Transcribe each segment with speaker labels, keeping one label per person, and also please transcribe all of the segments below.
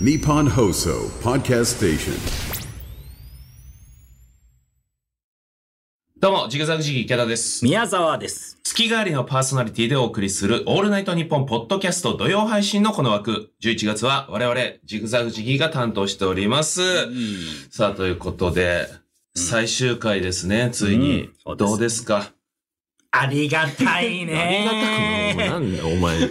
Speaker 1: Nippon Hoso Podcast Station.
Speaker 2: どうも、ジグザグジギー池田です。
Speaker 3: 宮沢です。
Speaker 2: 月替わりのパーソナリティでお送りする、オールナイトニッポンポッドキャスト土曜配信のこの枠、11月は我々、ジグザグジギーが担当しております。さあ、ということで、最終回ですね、ついに。
Speaker 3: うん
Speaker 2: どうですか
Speaker 3: ありがたい
Speaker 4: ありがたく
Speaker 3: ね。
Speaker 4: もなんだ お前。
Speaker 3: あ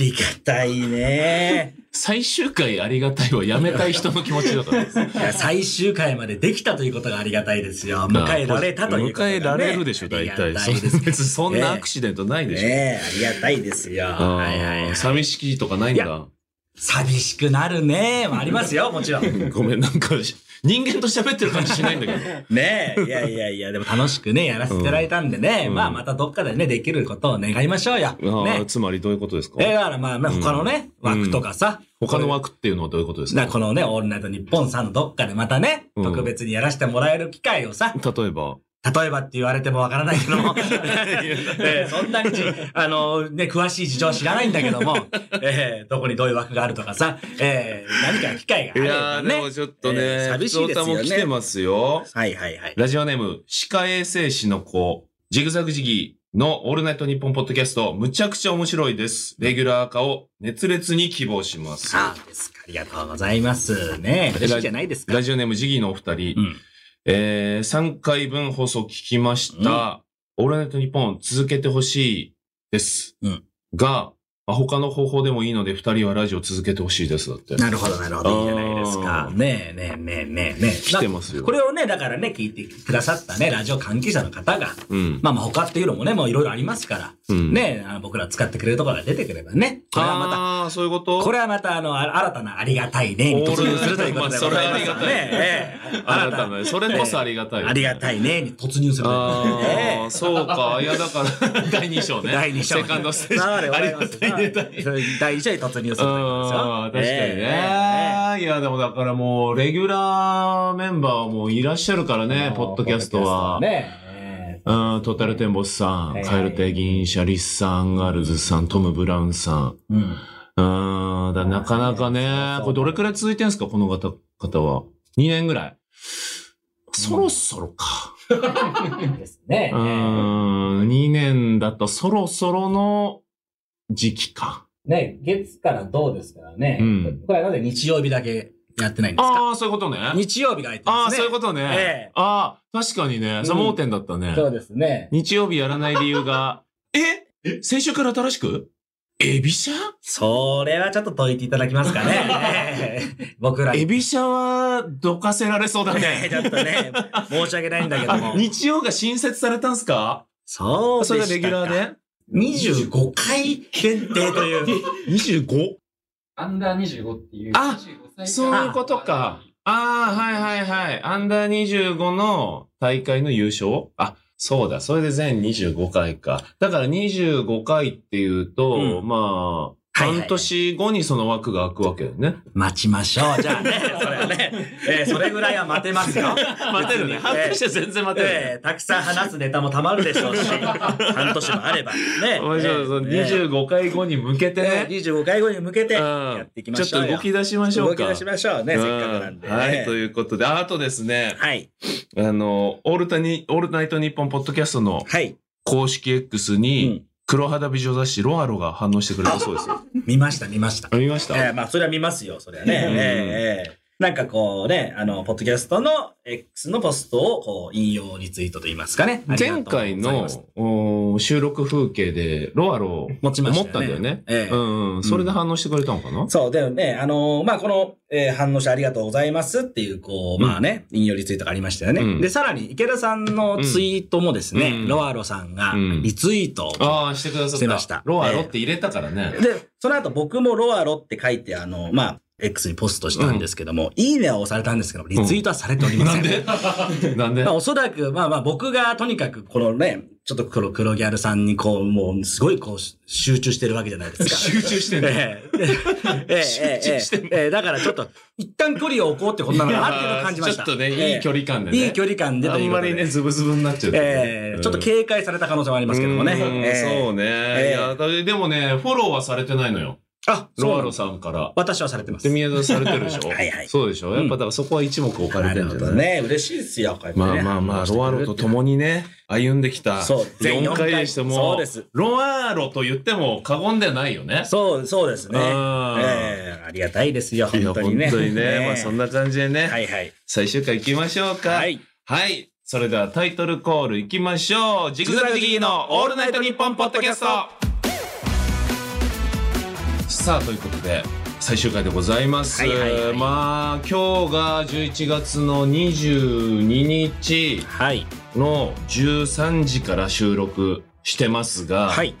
Speaker 3: りがたいね。
Speaker 4: 最終回ありがたいはやめたい人の気持ちだから。
Speaker 3: いや最終回までできたということがありがたいですよ。迎えられたということが、ね。
Speaker 4: 迎えられるでしょ、大
Speaker 3: あり
Speaker 4: 体。
Speaker 3: が
Speaker 4: そ
Speaker 3: た
Speaker 4: ん
Speaker 3: いです
Speaker 4: な別にそんなアクシデントないでしょ。
Speaker 3: ねえ、ありがたいですよ。
Speaker 4: あー
Speaker 3: はいはいはい
Speaker 4: 寂しきとかないん
Speaker 3: い
Speaker 4: だ。
Speaker 3: 寂しくなるね。もありますよ、もちろん。
Speaker 4: ごめん、なんか、人間と喋ってる感じしないんだけど。
Speaker 3: ねえ、いやいやいや、でも楽しくね、やらせていただいたんでね、
Speaker 4: うん
Speaker 3: まあまたどっかでね、できることを願いましょうよ。
Speaker 4: あー
Speaker 3: ね。
Speaker 4: つまりどういうことですか
Speaker 3: えだからまあ、まあ他のね、
Speaker 4: うん
Speaker 3: 枠とかさ、
Speaker 4: 他の枠っていうのはどういうことです
Speaker 3: な
Speaker 4: か
Speaker 3: このね、オールナイト日本さんのどっかでまたね、
Speaker 4: うん
Speaker 3: 特別にやらせてもらえる機会をさ、
Speaker 4: 例えば。
Speaker 3: 例えばって言われてもわからないけど も、えーそんなにじ、あの、ね、詳しい事情は知らないんだけど も、えーどこにどういう枠があるとかさ、えー何か機会があ
Speaker 4: い
Speaker 3: れ
Speaker 4: やー、
Speaker 3: ば
Speaker 4: で
Speaker 3: ね。
Speaker 4: もちょっと
Speaker 3: え
Speaker 4: ね、
Speaker 3: ー寂しいです
Speaker 4: 普通歌
Speaker 3: よ
Speaker 4: も来て
Speaker 3: ね。
Speaker 4: ますよ。
Speaker 3: はいはいはい。
Speaker 4: ラジオネーム、歯科衛生士の子、ジグザグジギーのオールナイトニッポンポッドキャスト、むちゃくちゃ面白いです。レギュラー化を熱烈に希望します。
Speaker 3: さあですか。ありがとうございます。ね嬉しいじゃないですか。
Speaker 4: ラジオネーム、ジギーのお二人、
Speaker 3: うん。
Speaker 4: えー、3回分放送聞きました。オールナイトニッポン続けてほしいです。
Speaker 3: うん
Speaker 4: が、まあ、他の方法でもいいので、二人はラジオ続けてほしいです。だって。
Speaker 3: なるほど、なるほど。いいじゃないですか
Speaker 4: あ。ー
Speaker 3: ねえねえねえねえねえ。
Speaker 4: 来てますよ
Speaker 3: これをね、だからね、聞いてくださったね、ラジオ関係者の方が、
Speaker 4: うん。
Speaker 3: まあまあ他っていうのもね、もういろいろありますから、
Speaker 4: うん
Speaker 3: ね、あの僕ら使ってくれるところが出てくればね、これはま
Speaker 4: ああー、そういうこ
Speaker 3: た、
Speaker 4: と
Speaker 3: これはまたあの、あ新たなありがたいね、に突入するということでございますからね。ええ
Speaker 4: あなたのね、それこそありがたいよね。
Speaker 3: ありがたいね、に突入するということでね。
Speaker 4: ああ、そうか。いや、だ から、第2章ね。
Speaker 3: 第2章。
Speaker 4: セカンドステージ。
Speaker 3: あ
Speaker 4: あ
Speaker 3: り
Speaker 4: り
Speaker 3: が
Speaker 4: が
Speaker 3: ます
Speaker 4: たいね。第二章
Speaker 3: 第1章に突入するということですよ。
Speaker 4: あー確かに
Speaker 3: ええええ
Speaker 4: ね。いや、でもだからもう、レギュラーメンバーはもういらっしゃるからね、ポッドキャストは。
Speaker 3: ねえ
Speaker 4: うん、トータルテンボスさ
Speaker 3: は
Speaker 4: ん、
Speaker 3: い
Speaker 4: カエルテ銀シャリスさん、ガールズさん、トム・ブラウンさん。
Speaker 3: うん。
Speaker 4: うん、だなかなかね、これどれくらい続いてんすか、この方、方は。2年ぐらい。そろそろか。
Speaker 3: ですね。
Speaker 4: うーん、2年だとそろそろの時期か。
Speaker 3: ね、月からどうですからね。
Speaker 4: うん
Speaker 3: これはなぜ日曜日だけやってないんですか
Speaker 4: ああ、そういうことね。
Speaker 3: 日曜日が空いて
Speaker 4: あ
Speaker 3: ま
Speaker 4: あ、
Speaker 3: すね。
Speaker 4: そういうこと
Speaker 3: え
Speaker 4: ね
Speaker 3: え。
Speaker 4: ああ、確かにね。それ盲点だったね。
Speaker 3: そうですね。
Speaker 4: 日曜日やらない理由が、え先週から新しくエビシャ
Speaker 3: それはちょっと解いていただきますかね。僕らに。
Speaker 4: エビシャはどかせられそうだね。
Speaker 3: ちょっとね、申し訳ないんだけど
Speaker 4: あ
Speaker 3: も。
Speaker 4: 日曜が新設されたんすか
Speaker 3: そうで
Speaker 4: それが
Speaker 3: した
Speaker 4: レ
Speaker 3: か
Speaker 4: ギュラーで
Speaker 3: 25回限定という。
Speaker 4: ?25?
Speaker 5: アンダー25っていう。
Speaker 4: あ
Speaker 5: 25歳から
Speaker 4: そういうことか。ああ、はいはいはい。アンダー25の大会の優勝あ、そうだ。それで全25回か。だから25回っていうと、
Speaker 3: うん
Speaker 4: まあ、
Speaker 3: はいはい
Speaker 4: 半年後にその枠が開くわけだよ ね。
Speaker 3: 待ちましょう。じゃあね、それはね、えーそれぐらいは待てますよ。
Speaker 4: 待てるね。
Speaker 3: 別
Speaker 4: 半
Speaker 3: にえー
Speaker 4: 年は全然待てるね。
Speaker 3: ええたくさん話すネタもたまるでしょうし、半年もあれば。ね。
Speaker 4: 面白い。その25回後に向けて
Speaker 3: ね、
Speaker 4: ね。
Speaker 3: 25回後に向けて、やっていき
Speaker 4: うん
Speaker 3: ま
Speaker 4: ちょっ
Speaker 3: しょう
Speaker 4: と
Speaker 3: よ。
Speaker 4: 動き出しましょうか。
Speaker 3: 動き出しましょうね、せっかくなんで、
Speaker 4: う
Speaker 3: ね。
Speaker 4: んはい、ということで、ああとですね、
Speaker 3: はい。
Speaker 4: あの、オールタニ、オールナイトニッポンポッドキャストの
Speaker 3: はい。
Speaker 4: 公式 X に、黒肌美女雑誌ロアロが反応してくれたそうです よ。
Speaker 3: うん見ました、見ました。
Speaker 4: 見まし
Speaker 3: ええまあ、それは見ますよ、それはね。え
Speaker 4: うん
Speaker 3: えええなんかこうね、あの、ポッドキャストの X のポストを、こう、引用リツイートと言いますかね。ありがと
Speaker 4: 前
Speaker 3: うござ
Speaker 4: 回
Speaker 3: います
Speaker 4: のおー収録風景でロアロ
Speaker 3: 持ちま
Speaker 4: 思
Speaker 3: し
Speaker 4: った
Speaker 3: た
Speaker 4: んだ
Speaker 3: よね
Speaker 4: よね。
Speaker 3: ええ
Speaker 4: うんうん。それで反応してくれたのかな
Speaker 3: そう、でね、あのーまあ、この、えー反応者ありがとうございますっていう、こう、まあね、引用リツイートがありましたよね。
Speaker 4: うん
Speaker 3: で、さらに、池田さんのツイートもですね、
Speaker 4: うん
Speaker 3: ロアロさんが
Speaker 4: うん
Speaker 3: リツイートを、
Speaker 4: ああ、してくださ
Speaker 3: して
Speaker 4: っ
Speaker 3: ま
Speaker 4: た。
Speaker 3: した
Speaker 4: ロアロって入れたから ね。
Speaker 3: で、その後僕もロアロって書いて、あの、まあ、X にポストしたんですけども、いいねは押されたんですけども、リツイートはされておりません。
Speaker 4: なんで
Speaker 3: まあ、おそらく、まあまあ、僕がとにかく、このね、ちょっと黒、黒ギャルさんに、こう、もう、すごい、こう、集中してるわけじゃないですか。
Speaker 4: 集中してんだ。
Speaker 3: ええええ
Speaker 4: 集中してん
Speaker 3: ええええだからちょっと、一旦距離を置こうってことなのかなっていうのを感じました。
Speaker 4: ちょっとね、いい距離
Speaker 3: 離
Speaker 4: 感でね。
Speaker 3: いい距離感でと
Speaker 4: あ
Speaker 3: い
Speaker 4: ん
Speaker 3: う
Speaker 4: ま
Speaker 3: こと
Speaker 4: り
Speaker 3: で
Speaker 4: ね、ズブズブになっちゃう。
Speaker 3: ええちょっと
Speaker 4: 構
Speaker 3: 警戒された可能性もありますけどもね。ええ
Speaker 4: そうね。いや、でもね、フォローはされてないのよ。
Speaker 3: あ、
Speaker 4: ロアロさんから。
Speaker 3: 私はされてます
Speaker 4: で、。宮田されてるでしょ
Speaker 3: はいはい
Speaker 4: そうでしょやっぱだからそこは一目置かれ
Speaker 3: な
Speaker 4: て
Speaker 3: る
Speaker 4: るん
Speaker 3: ほ
Speaker 4: じゃ
Speaker 3: ど
Speaker 4: ない、
Speaker 3: ね。嬉しいですよ、こうやってね
Speaker 4: まあまあまあ、ロアロと共にね、歩んできた
Speaker 3: そう全
Speaker 4: 4回でしても、
Speaker 3: そうです
Speaker 4: ロアロと言っても過言ではないよね。
Speaker 3: そう、そうですね。え
Speaker 4: うん
Speaker 3: えありがたいですよ、
Speaker 4: いや
Speaker 3: 本当にね。
Speaker 4: 本当にね。まあそんな感じでね、
Speaker 3: はいはい。
Speaker 4: 最終回行きましょうか。
Speaker 3: はい。
Speaker 4: はい。それではタイトルコールいきましょう。ジグザグジギーのオールナイトニッポンポッドキャスト。さあ、ということで、最終回でございます。
Speaker 3: はいはいはい
Speaker 4: まあ、今日が11月の22日
Speaker 3: はい。
Speaker 4: の13時から収録してますが、
Speaker 3: はい。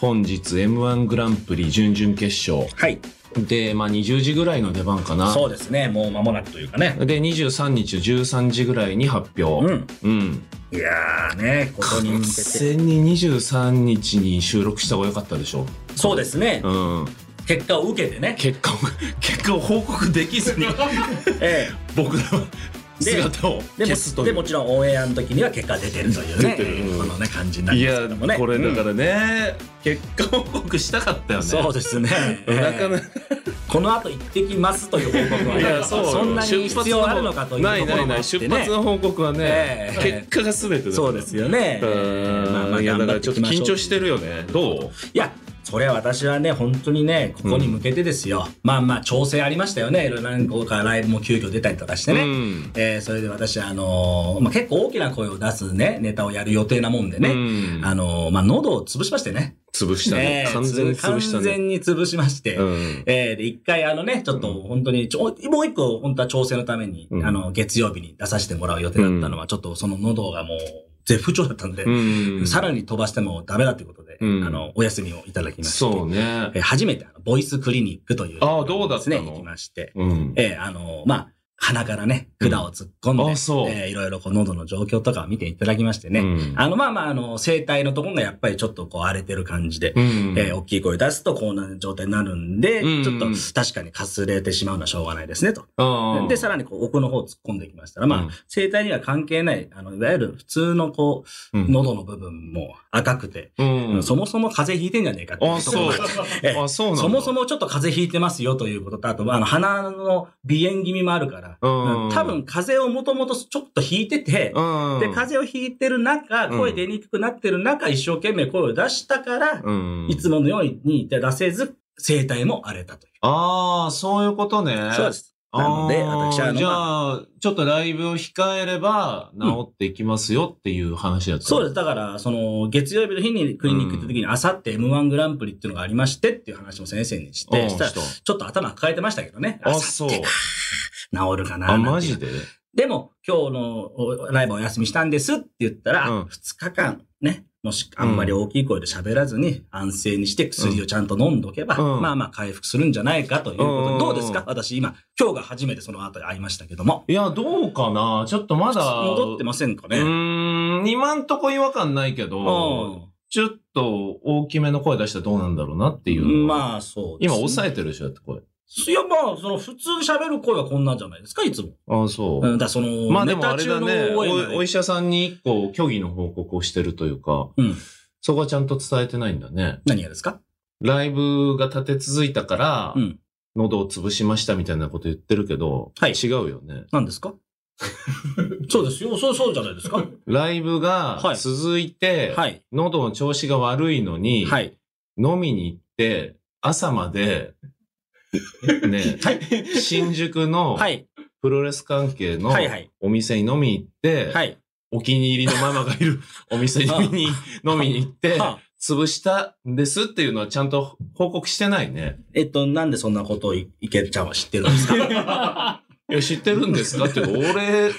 Speaker 4: 本日 M1 グランプリ準々決勝
Speaker 3: はい。
Speaker 4: で、まあ20時ぐらいの出番かな。
Speaker 3: そうですね。もう間もなくというかね。
Speaker 4: で、23日13時ぐらいに発
Speaker 3: う
Speaker 4: 表。
Speaker 3: ん。
Speaker 4: うん
Speaker 3: いやーね、ここに向けて。
Speaker 4: 戦に23日に収録した方が良かったでしょ
Speaker 3: そうですね。
Speaker 4: うん
Speaker 3: 結果を受けてね。
Speaker 4: 結果を 結果を報告できずに
Speaker 3: え
Speaker 4: 僕らは
Speaker 3: で
Speaker 4: 姿を
Speaker 3: え。で
Speaker 4: 消す
Speaker 3: も、
Speaker 4: と
Speaker 3: で
Speaker 4: いう
Speaker 3: もちろんオンエアの時には結果出てるというね。
Speaker 4: 出てるうん
Speaker 3: このね、感じになり
Speaker 4: い
Speaker 3: ます
Speaker 4: や
Speaker 3: けどもね。
Speaker 4: これだ
Speaker 3: うん
Speaker 4: からね、結果報告したかったよね
Speaker 3: そうですね。
Speaker 4: なかな
Speaker 3: ええこの後行ってきますという報告はね、
Speaker 4: いやそうよ
Speaker 3: そんなに
Speaker 4: 出発
Speaker 3: 必要あるのかというとこ
Speaker 4: ないな
Speaker 3: ろ
Speaker 4: い
Speaker 3: もあ
Speaker 4: な
Speaker 3: っ
Speaker 4: い
Speaker 3: て
Speaker 4: 出
Speaker 3: ね
Speaker 4: 発。の報告はね、
Speaker 3: ええ
Speaker 4: 結果が全てだ
Speaker 3: そうですよね。
Speaker 4: うん
Speaker 3: まあまあ
Speaker 4: いやだ
Speaker 3: 頑
Speaker 4: か
Speaker 3: 張
Speaker 4: ら
Speaker 3: て
Speaker 4: ちょっ
Speaker 3: い
Speaker 4: と
Speaker 3: きまし
Speaker 4: 緊
Speaker 3: ょう
Speaker 4: 張してるよねどう
Speaker 3: いや、それは私はね、本当にね、ここに向けてですよ。まあまあ、調整ありましたよね。いろいろ何個かライブも急遽出たりとかしてね。
Speaker 4: うん
Speaker 3: えーそれで私、あのーまあ、結構大きな声を出すね、ネタをやる予定なもんでね。
Speaker 4: うん
Speaker 3: あのーまあ、喉を潰しましてね。
Speaker 4: 潰した
Speaker 3: え
Speaker 4: ね
Speaker 3: ー
Speaker 4: 完全に潰した
Speaker 3: 完
Speaker 4: ね
Speaker 3: 全に潰しまして。
Speaker 4: うん
Speaker 3: えーで、一回あのね、ちょっと本当にちょ、もう一個本当は調整のために、
Speaker 4: うん
Speaker 3: あの、月曜日に出させてもらう予定だったのは、ちょっとその喉がもう、絶不調だったんで、
Speaker 4: うん
Speaker 3: さらに飛ばしてもダメだということで、
Speaker 4: うん
Speaker 3: あの、お休みをいただきまして、
Speaker 4: そうね
Speaker 3: えー初めてあのボイスクリニックという、
Speaker 4: あーどうだったの
Speaker 3: ですね、行きまして、
Speaker 4: うん
Speaker 3: えーあのーまあ、鼻からね、管を突っ込んで、
Speaker 4: うんあそう
Speaker 3: えーいろいろこう喉の状況とかを見ていただきましてね、
Speaker 4: うん
Speaker 3: あの、まあまあ、あの、声帯のところがやっぱりちょっとこう荒れてる感じで、
Speaker 4: うん
Speaker 3: えー大きい声出すとこんな状態になるんで、
Speaker 4: うん
Speaker 3: ちょっと確かにかすれてしまうのはしょうがないですね、と。
Speaker 4: うん
Speaker 3: で、さらにこう奥の方突っ込んでいきましたら、まあ、
Speaker 4: うん
Speaker 3: 声帯には関係ない、あの、いわゆる普通のこう、
Speaker 4: うん
Speaker 3: 喉の部分も赤くて、
Speaker 4: うん
Speaker 3: そもそも風邪ひいてんじゃねえかってい
Speaker 4: あ、
Speaker 3: ところ
Speaker 4: そう
Speaker 3: が。ええ
Speaker 4: あ、そうなんだ。
Speaker 3: そもそもちょっと風邪ひいてますよということと、あと、あの、鼻の鼻炎気味もあるから、
Speaker 4: うん
Speaker 3: 多分風邪をもともとちょっとひいてて、
Speaker 4: うん、
Speaker 3: で、風邪をひいてる中、
Speaker 4: うん
Speaker 3: 声出にくくなってる中、一生懸命声を出したから、
Speaker 4: うん、
Speaker 3: いつものように出せず、声帯も荒れたという。
Speaker 4: ああ、そういうことね。
Speaker 3: す。
Speaker 4: あー。
Speaker 3: なので、私はあの、
Speaker 4: じ
Speaker 3: まあ
Speaker 4: ゃあ、ちょっとライブを控えれば治っていきますよっていう話だった、。
Speaker 3: そうですす。だから、その、月曜日の日にクリニック行った時に、あさって M1 グランプリっていうのがありましてっていう話も先生にして、したら、
Speaker 4: 人
Speaker 3: ちょっと頭抱えてましたけどね。
Speaker 4: あ、
Speaker 3: 明後日
Speaker 4: そう。
Speaker 3: 治るかな
Speaker 4: あ、
Speaker 3: なんていう
Speaker 4: マジで
Speaker 3: でも、今日のおライブお休みしたんですって言ったら、
Speaker 4: うん
Speaker 3: 2日間ね、もしあんまり大きい声で喋らずに安静にして薬をちゃんと飲んどけば、
Speaker 4: うん
Speaker 3: まあまあ回復するんじゃないかということで、
Speaker 4: うん
Speaker 3: どうですか私今、今日が初めてその後に会いましたけども。
Speaker 4: いや、どうかなちょっとまだ。
Speaker 3: 戻ってませんかね。
Speaker 4: う
Speaker 3: うん
Speaker 4: ーん、今んとこ違和感ないけど、ちょっと大きめの声出したらどうなんだろうなっていう。あ、
Speaker 3: まあそうです
Speaker 4: 今
Speaker 3: ね、
Speaker 4: 抑えてるでしょ、だって声。
Speaker 3: え。いやまあ、その普通喋る声はこんなんじゃないですか、いつも。
Speaker 4: あ、そう。
Speaker 3: うん、だからその、
Speaker 4: まあでもあれだ
Speaker 3: ネタ
Speaker 4: ね
Speaker 3: 中、の応援まで
Speaker 4: おお医者さんに一個虚偽の報告をしてるというか、
Speaker 3: うん
Speaker 4: そこはちゃんと伝えてないんだね。
Speaker 3: 何がですか
Speaker 4: ライブが立て続いたから、
Speaker 3: うん
Speaker 4: 喉を潰しましたみたいなこと言ってるけど、
Speaker 3: はい
Speaker 4: 違うよね。
Speaker 3: 何で すかそうですよ。そう、そうじゃないですか。
Speaker 4: ライブ
Speaker 3: は
Speaker 4: が
Speaker 3: い
Speaker 4: 続いて、
Speaker 3: はい。
Speaker 4: 喉の調子が悪いのに、
Speaker 3: はい。
Speaker 4: 飲みに行って、朝ま で、ね、新宿の
Speaker 3: はい。
Speaker 4: プロレス関係の
Speaker 3: はいはい
Speaker 4: お店に飲みに行って、
Speaker 3: はい。
Speaker 4: お気に入りのママがい るお店に見に飲みに行って、
Speaker 3: はあ
Speaker 4: 潰したんですっていうのはちゃんと報告してないね。
Speaker 3: えっと、なんでそんなことをいいけちゃんは知ってるんですか
Speaker 4: いや、知ってるんですかって、 俺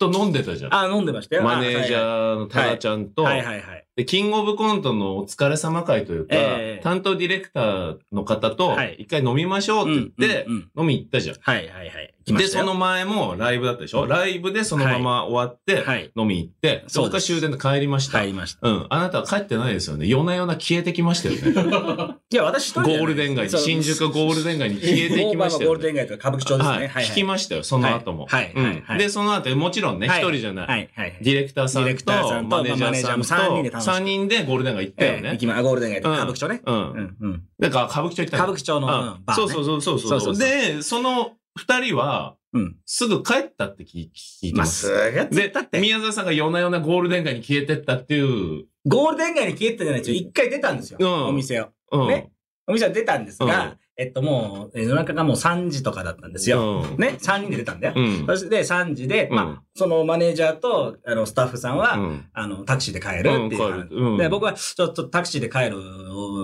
Speaker 4: と飲んでたじゃん。
Speaker 3: あ、飲んでましたよ。
Speaker 4: マネージ
Speaker 3: ー。
Speaker 4: ャーのタラちゃんと、
Speaker 3: はいはいはい。
Speaker 4: で、キングオブコントのお疲れ様会というか、
Speaker 3: ええ
Speaker 4: 担当ディレクターの方と
Speaker 3: はい、
Speaker 4: 一回飲みましょうって言って、
Speaker 3: うんうんうん
Speaker 4: 飲み行ったじゃん。
Speaker 3: はいはいはい。来ま
Speaker 4: で、
Speaker 3: した
Speaker 4: そ
Speaker 3: よ
Speaker 4: の前もライブだったでしょライブでそのまま終わって、
Speaker 3: はい
Speaker 4: 飲み行って、
Speaker 3: そ
Speaker 4: そうっ
Speaker 3: で
Speaker 4: か
Speaker 3: す
Speaker 4: 終電で帰りました。
Speaker 3: 入りました。
Speaker 4: うん。あなたは帰ってないですよね。夜な夜な消えてきましたよね。
Speaker 3: いや、私一人
Speaker 4: ゴ
Speaker 3: じゃない
Speaker 4: ールデン街に、
Speaker 3: そう
Speaker 4: 新宿ゴールデン街に消えていきましたよ、
Speaker 3: ゴール
Speaker 4: ね。
Speaker 3: デン街とか歌舞伎町ですね。はいはい。
Speaker 4: 聞きましたよ、その後も。
Speaker 3: はいはいはい
Speaker 4: うんで、その後、もちろんね、一、
Speaker 3: はい
Speaker 4: 人じゃない。
Speaker 3: はいはい。
Speaker 4: ディレクターさん
Speaker 3: ディレクターさ
Speaker 4: と、
Speaker 3: んと
Speaker 4: マネージャ
Speaker 3: マネージャー
Speaker 4: ー
Speaker 3: も
Speaker 4: さ
Speaker 3: 三
Speaker 4: ん
Speaker 3: 人で
Speaker 4: と、3人で
Speaker 3: 担楽しく
Speaker 4: ゴールデンが行ったよ
Speaker 3: ええ行
Speaker 4: ね。
Speaker 3: きま、ゴールデン街と
Speaker 4: うん
Speaker 3: 歌舞伎町ね。
Speaker 4: う。
Speaker 3: うんん、うん。
Speaker 4: だから歌舞伎町行ったの
Speaker 3: 歌舞伎町の、
Speaker 4: あ
Speaker 3: うんバー、ね。
Speaker 4: そうそうそうそうそう
Speaker 3: そうそうそう
Speaker 4: で、その二人は、
Speaker 3: うん
Speaker 4: すぐ帰ったって聞聞いて
Speaker 3: ま
Speaker 4: ま
Speaker 3: あ、
Speaker 4: す。
Speaker 3: すぐ
Speaker 4: で、宮沢さんが夜な夜なゴールデン街に消えてったっていう、
Speaker 3: ゴールデン街に消えてたじゃないですよ。一回出たんですよ。
Speaker 4: うん
Speaker 3: お店を。
Speaker 4: うん。
Speaker 3: ねお店は出たんですが、
Speaker 4: うん
Speaker 3: えっと、もう、えー夜中がもう3時とかだったんですよ。
Speaker 4: うん
Speaker 3: ね、3人で出たんだよ。
Speaker 4: うん。
Speaker 3: そして3時で、
Speaker 4: うん
Speaker 3: まあ、そのマネージャーと、あの、スタッフさんは、
Speaker 4: うん
Speaker 3: あの、タクシーで帰るっていう
Speaker 4: うん
Speaker 3: 感
Speaker 4: 帰
Speaker 3: じ。
Speaker 4: るうん
Speaker 3: で、僕は、ちょっとタクシーで帰る、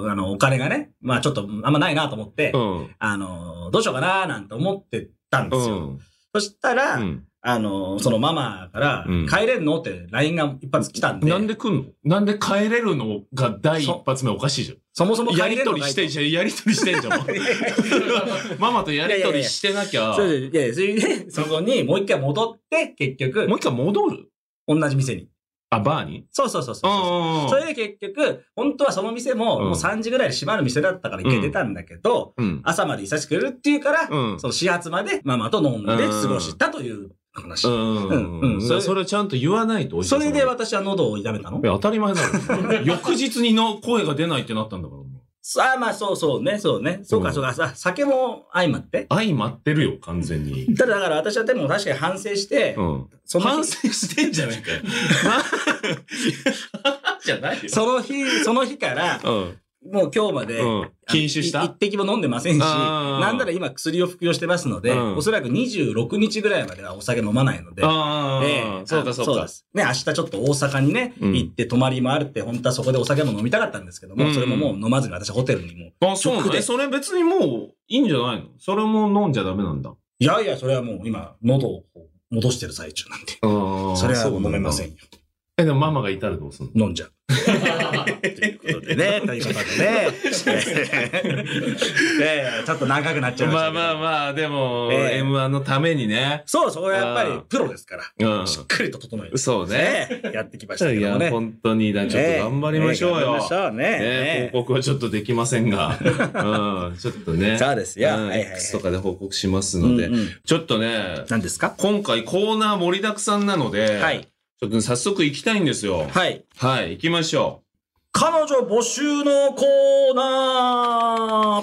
Speaker 3: あの、お金がね、まあちょっと、あんまないなと思って、
Speaker 4: うん。
Speaker 3: あの、どうしようかななんて思ってたん
Speaker 4: う
Speaker 3: ですよ。
Speaker 4: ん。
Speaker 3: そしたら、
Speaker 4: うん
Speaker 3: あの、そのママから
Speaker 4: うん、
Speaker 3: 帰れんのって LINE が一発来たんで、
Speaker 4: なんで来んのなんで帰れるのが第一発目おかしいじ
Speaker 3: そもそも
Speaker 4: ゃん。
Speaker 3: 帰
Speaker 4: や
Speaker 3: れ
Speaker 4: り
Speaker 3: んの
Speaker 4: と
Speaker 3: かい
Speaker 4: りしてんじゃん、やりとりしてんじゃん。ママとやりとりしてなきゃ、
Speaker 3: そうそういやいやそれで、そこにもう一回戻って、結局
Speaker 4: もう、一回戻る
Speaker 3: 同じ店に。
Speaker 4: あ、バーに
Speaker 3: そうそうそうそううんそう。
Speaker 4: うんうん。
Speaker 3: それで結局、本当はその店も、
Speaker 4: うん
Speaker 3: もう3時ぐらいで閉まる店だったから一回出たんだけど、
Speaker 4: うん。
Speaker 3: 朝までいさせてくれるっていうから、
Speaker 4: うん。
Speaker 3: その始発までママと飲んで過ごしたという話。
Speaker 4: うん
Speaker 3: うんうん
Speaker 4: うん。それそれちゃんと言わないとお医
Speaker 3: そ
Speaker 4: 者さん
Speaker 3: れで私は喉を痛めたの
Speaker 4: いや当たり前だ ろ。翌日にの声が出ないってなったんだから。
Speaker 3: さあまあそうそうね、そうね。そうかそうか、さ酒も相まって。
Speaker 4: 相まってるよ、完全に。
Speaker 3: ただだから私 はでも確かに反省して、
Speaker 4: うん。
Speaker 3: その日
Speaker 4: 反省してんじゃない かよ。 じゃないよ。
Speaker 3: その日、その日から、
Speaker 4: うん。
Speaker 3: もう今日まで、
Speaker 4: うん。禁酒し
Speaker 3: い
Speaker 4: た
Speaker 3: 一滴も飲んでませんし、
Speaker 4: あー
Speaker 3: なんなら今薬を服用してますので、
Speaker 4: うん
Speaker 3: おそらく26日ぐらいまではお酒飲まないので、
Speaker 4: あ
Speaker 3: え
Speaker 4: あ
Speaker 3: え、
Speaker 4: そうか
Speaker 3: あ
Speaker 4: そう
Speaker 3: で
Speaker 4: か。
Speaker 3: す。ね、明日ちょっと大阪にね、
Speaker 4: うん
Speaker 3: 行って泊まりもあるって、本当はそこでお酒も飲みたかったんですけども、
Speaker 4: うん
Speaker 3: それももう飲まずに私ホテルにもう。
Speaker 4: あ、そうな
Speaker 3: 直
Speaker 4: の
Speaker 3: で
Speaker 4: えそれ別にもういいんじゃないのそれも飲んじゃダメなんだ。
Speaker 3: いやいや、それはもう今、喉を戻してる最中なんで。
Speaker 4: あ
Speaker 3: それはもう飲めません。よ。
Speaker 4: え、でもママがいたらどうするの
Speaker 3: 飲んじ ゃう。ということでね、ということでね。ねちょっと長くなっちゃいました
Speaker 4: まあ
Speaker 3: けど。
Speaker 4: まあまあ、でも、
Speaker 3: ええ
Speaker 4: M1 のためにね。
Speaker 3: そう、そこはやっぱりプロですから。
Speaker 4: うん。
Speaker 3: しっかりと整えて、
Speaker 4: そうね。
Speaker 3: ね、やってきましたけ
Speaker 4: い
Speaker 3: ども
Speaker 4: や、
Speaker 3: ね。
Speaker 4: 本当に、だちょっと頑張りましょう
Speaker 3: ね頑張
Speaker 4: よ
Speaker 3: りま。しょうね。
Speaker 4: ね
Speaker 3: ね
Speaker 4: 報告はちょっとできません が、うん、ちょっとね、
Speaker 3: そうですよ。
Speaker 4: うん
Speaker 3: はいはいはい
Speaker 4: X とかで報告しますので、
Speaker 3: うんうん
Speaker 4: ちょっとね、
Speaker 3: 何ですか
Speaker 4: 今回コーナー盛りだくさんなので、
Speaker 3: はい。
Speaker 4: ちょっとね早速行きたいんですよ。
Speaker 3: はい。
Speaker 4: はい、行きましょ
Speaker 3: 彼女募集のコーナーは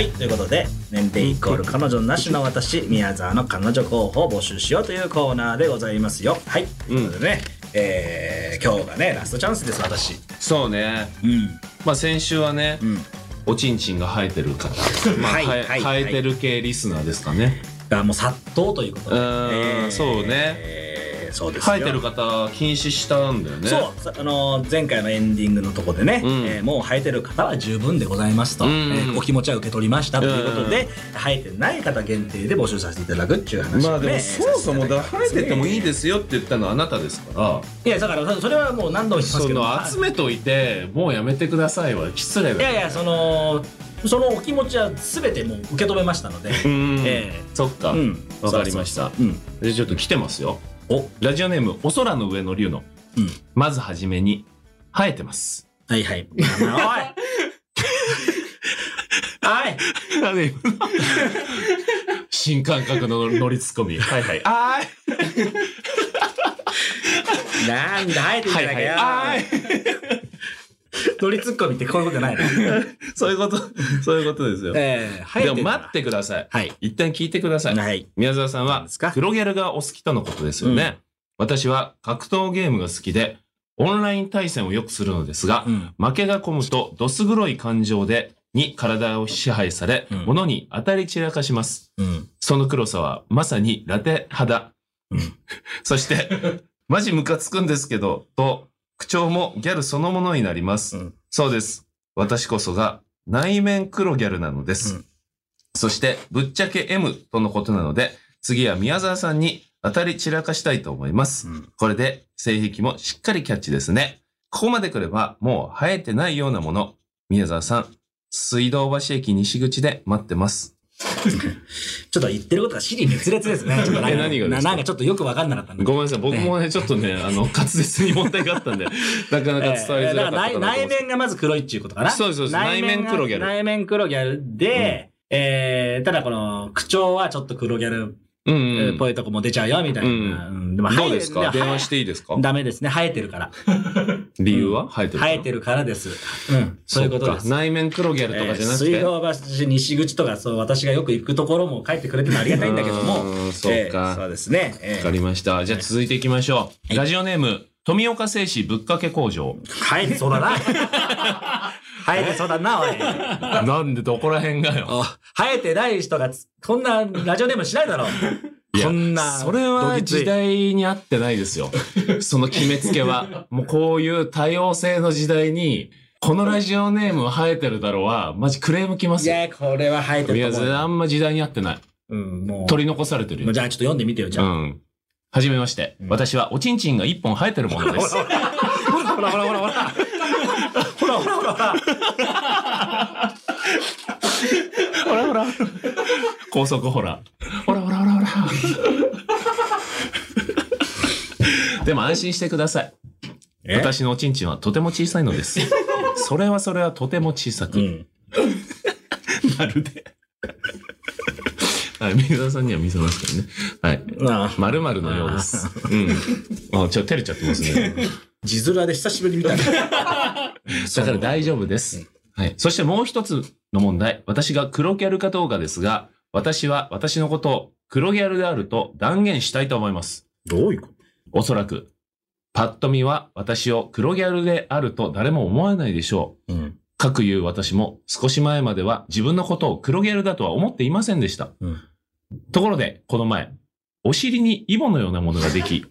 Speaker 3: い。ということで、年齢イコール彼女なしの私、宮沢の彼女候補を募集しようというコーナーでございますよ。はい。ということでね、えー、今日がね、ラストチャンスです、私。
Speaker 4: う。そうね、
Speaker 3: うん。
Speaker 4: まあ先週はね、
Speaker 3: うん。
Speaker 4: おちんちんが生えてる 方、まあ、
Speaker 3: はい
Speaker 4: はえ
Speaker 3: はい
Speaker 4: 生えてる系リスナーですかね。
Speaker 3: がもう殺到ということで。
Speaker 4: うーんそうね
Speaker 3: えーそうですよ
Speaker 4: 生えてる方禁止したんだよね。
Speaker 3: そうさあのー前回のエンディングのとこでね、
Speaker 4: うん
Speaker 3: えーもう生えてる方は十分でございますと、
Speaker 4: うん
Speaker 3: えーお気持ちは受け取りましたということで、生えてない方限定で募集させていただくっていう話を、ね、
Speaker 4: まあでもそもそもだ生えててもいいですすよって言ったのはあなたですから。
Speaker 3: いやだからそれはもう何度も言ってます
Speaker 4: そ
Speaker 3: けど
Speaker 4: の集めといてもうやめてくださいは失礼
Speaker 3: い
Speaker 4: だ
Speaker 3: や
Speaker 4: よ
Speaker 3: いやそのそのお気持ちは全てもう受け止めましたので、
Speaker 4: うん
Speaker 3: え
Speaker 4: そっか
Speaker 3: え
Speaker 4: わ、
Speaker 3: うん
Speaker 4: かりました
Speaker 3: うん
Speaker 4: でちょっと来てますよ
Speaker 3: お
Speaker 4: ラジオネームお空の上の竜の、
Speaker 3: うん
Speaker 4: まずはじめに生えてます
Speaker 3: はいはいまあおいおい
Speaker 4: 新感覚の乗りツッコミはいはいあ
Speaker 3: なんだ、あえて
Speaker 4: ー
Speaker 3: 言
Speaker 4: は
Speaker 3: った
Speaker 4: い
Speaker 3: だ
Speaker 4: は
Speaker 3: け
Speaker 4: い
Speaker 3: よ。
Speaker 4: あー
Speaker 3: 乗りツッコミってこういうことじゃないの。
Speaker 4: そういうことそういうことですよ
Speaker 3: ええは
Speaker 4: でも待ってください
Speaker 3: はい。
Speaker 4: 一旦聞いてください
Speaker 3: はい。
Speaker 4: 宮沢さん
Speaker 3: 何
Speaker 4: は
Speaker 3: ですか
Speaker 4: 黒ギャルがお好きとのことですよね、私は格闘ゲームが好きでオンライン対戦をよくするのですが、
Speaker 3: うん。
Speaker 4: 負けが込むとどす黒い感情でに体を支配され、
Speaker 3: うん
Speaker 4: 物に当たり散らかします。
Speaker 3: うん。
Speaker 4: その黒さはまさにラテ肌。
Speaker 3: うん
Speaker 4: そして、 マジムカつくんですけど、と、口調もギャルそのものになります。
Speaker 3: うん
Speaker 4: そうです。私こそが内面黒ギャルなのです。
Speaker 3: うん
Speaker 4: そして、ぶっちゃけ M とのことなので、次は宮沢さんに当たり散らかしたいと思います。これで性癖もしっかりキャッチですね。ここまで来ればもう生えてないようなもの。宮沢さん、水道橋駅西口で待ってます。
Speaker 3: ちょっと言ってることが死に滅裂 ですね。ちょっとなんか
Speaker 4: え何がですか
Speaker 3: ななんかちょっとよくわかんなかったんで
Speaker 4: ごめんなさい、僕もね、ちょっとね、あの、滑舌に問題があった んで、なかなか伝えづらかったかなと思います
Speaker 3: ええだから内内面がまず黒いっていうことかな。
Speaker 4: そうですそうです内面
Speaker 3: が
Speaker 4: 黒ギャル
Speaker 3: 内面黒ギャルで、えーただこの、口調はちょっと黒ギャル
Speaker 4: うん
Speaker 3: え
Speaker 4: う
Speaker 3: ー
Speaker 4: ん
Speaker 3: こういうとこも出ちゃうよ、みたいな。うんでも
Speaker 4: どうです
Speaker 3: 生
Speaker 4: か
Speaker 3: えて
Speaker 4: 電話していいですか
Speaker 3: ダメですね。生えてるから。
Speaker 4: 理由は生えてるから
Speaker 3: 生えてるからです。うん。そういうことです
Speaker 4: そっ。か内面黒ギャルとかじゃなくて。
Speaker 3: えー水道橋西口とかそう私がよく行くところも帰ってくれてもありがたいんだけども
Speaker 4: うーんそうか
Speaker 3: えーそうですね、えー
Speaker 4: わかりました。じゃあ続いていきましょう。ラジオネーム、富岡製紙ぶっかけ工 場。
Speaker 3: 生えてそうだ な生えてそうだなおい
Speaker 4: なんでどこら辺がよ。
Speaker 3: 生えてない人がつこんなラジオネームしないだろうこんな
Speaker 4: それは時代に合ってないですよ。その決めつけ は。もうこういう多様性の時代に、このラジオネーム生えてるだろうは、マジクレームきま
Speaker 3: い
Speaker 4: すよ。
Speaker 3: やこれは生えて
Speaker 4: とりあえ
Speaker 3: ると思
Speaker 4: ず、
Speaker 3: う
Speaker 4: あんま時代に合ってない。
Speaker 3: うんもう
Speaker 4: 取り残されてる
Speaker 3: も
Speaker 4: よ
Speaker 3: う。じゃあちょっと読んでみてよじ
Speaker 4: う
Speaker 3: ゃあ、
Speaker 4: ん。はじめまして。私はおちんちんが一本生えてるものです。
Speaker 3: ほらほらほらほらほらほらほら
Speaker 4: ほらほら。高速ほら。ほらほらほら ほら。でも安心してください。
Speaker 3: え
Speaker 4: 私のおちんちんはとても小さいのです。それはそれはとても小さく、
Speaker 3: うん
Speaker 4: なるで。はい、水田さんには見せますからね。はい。
Speaker 3: なあ
Speaker 4: まるまるのようです。うん。あ、ちょ、照れちゃってますね。
Speaker 3: 字面で久しぶりに見たね
Speaker 4: だから大丈夫です。はい。そしてもう一つの問題。私が黒ギャルかどうかですが、私は私のことを黒ギャルであると断言したいと思います。
Speaker 3: どういうこ
Speaker 4: おそらく。パッと見は私を黒ギャルであると誰も思わないでしょう。
Speaker 3: とうん
Speaker 4: かくいう私も少し前までは自分のことを黒ギャルだとは思っていませんでした。
Speaker 3: うん
Speaker 4: ところで、この前、お尻にイボのようなものができ、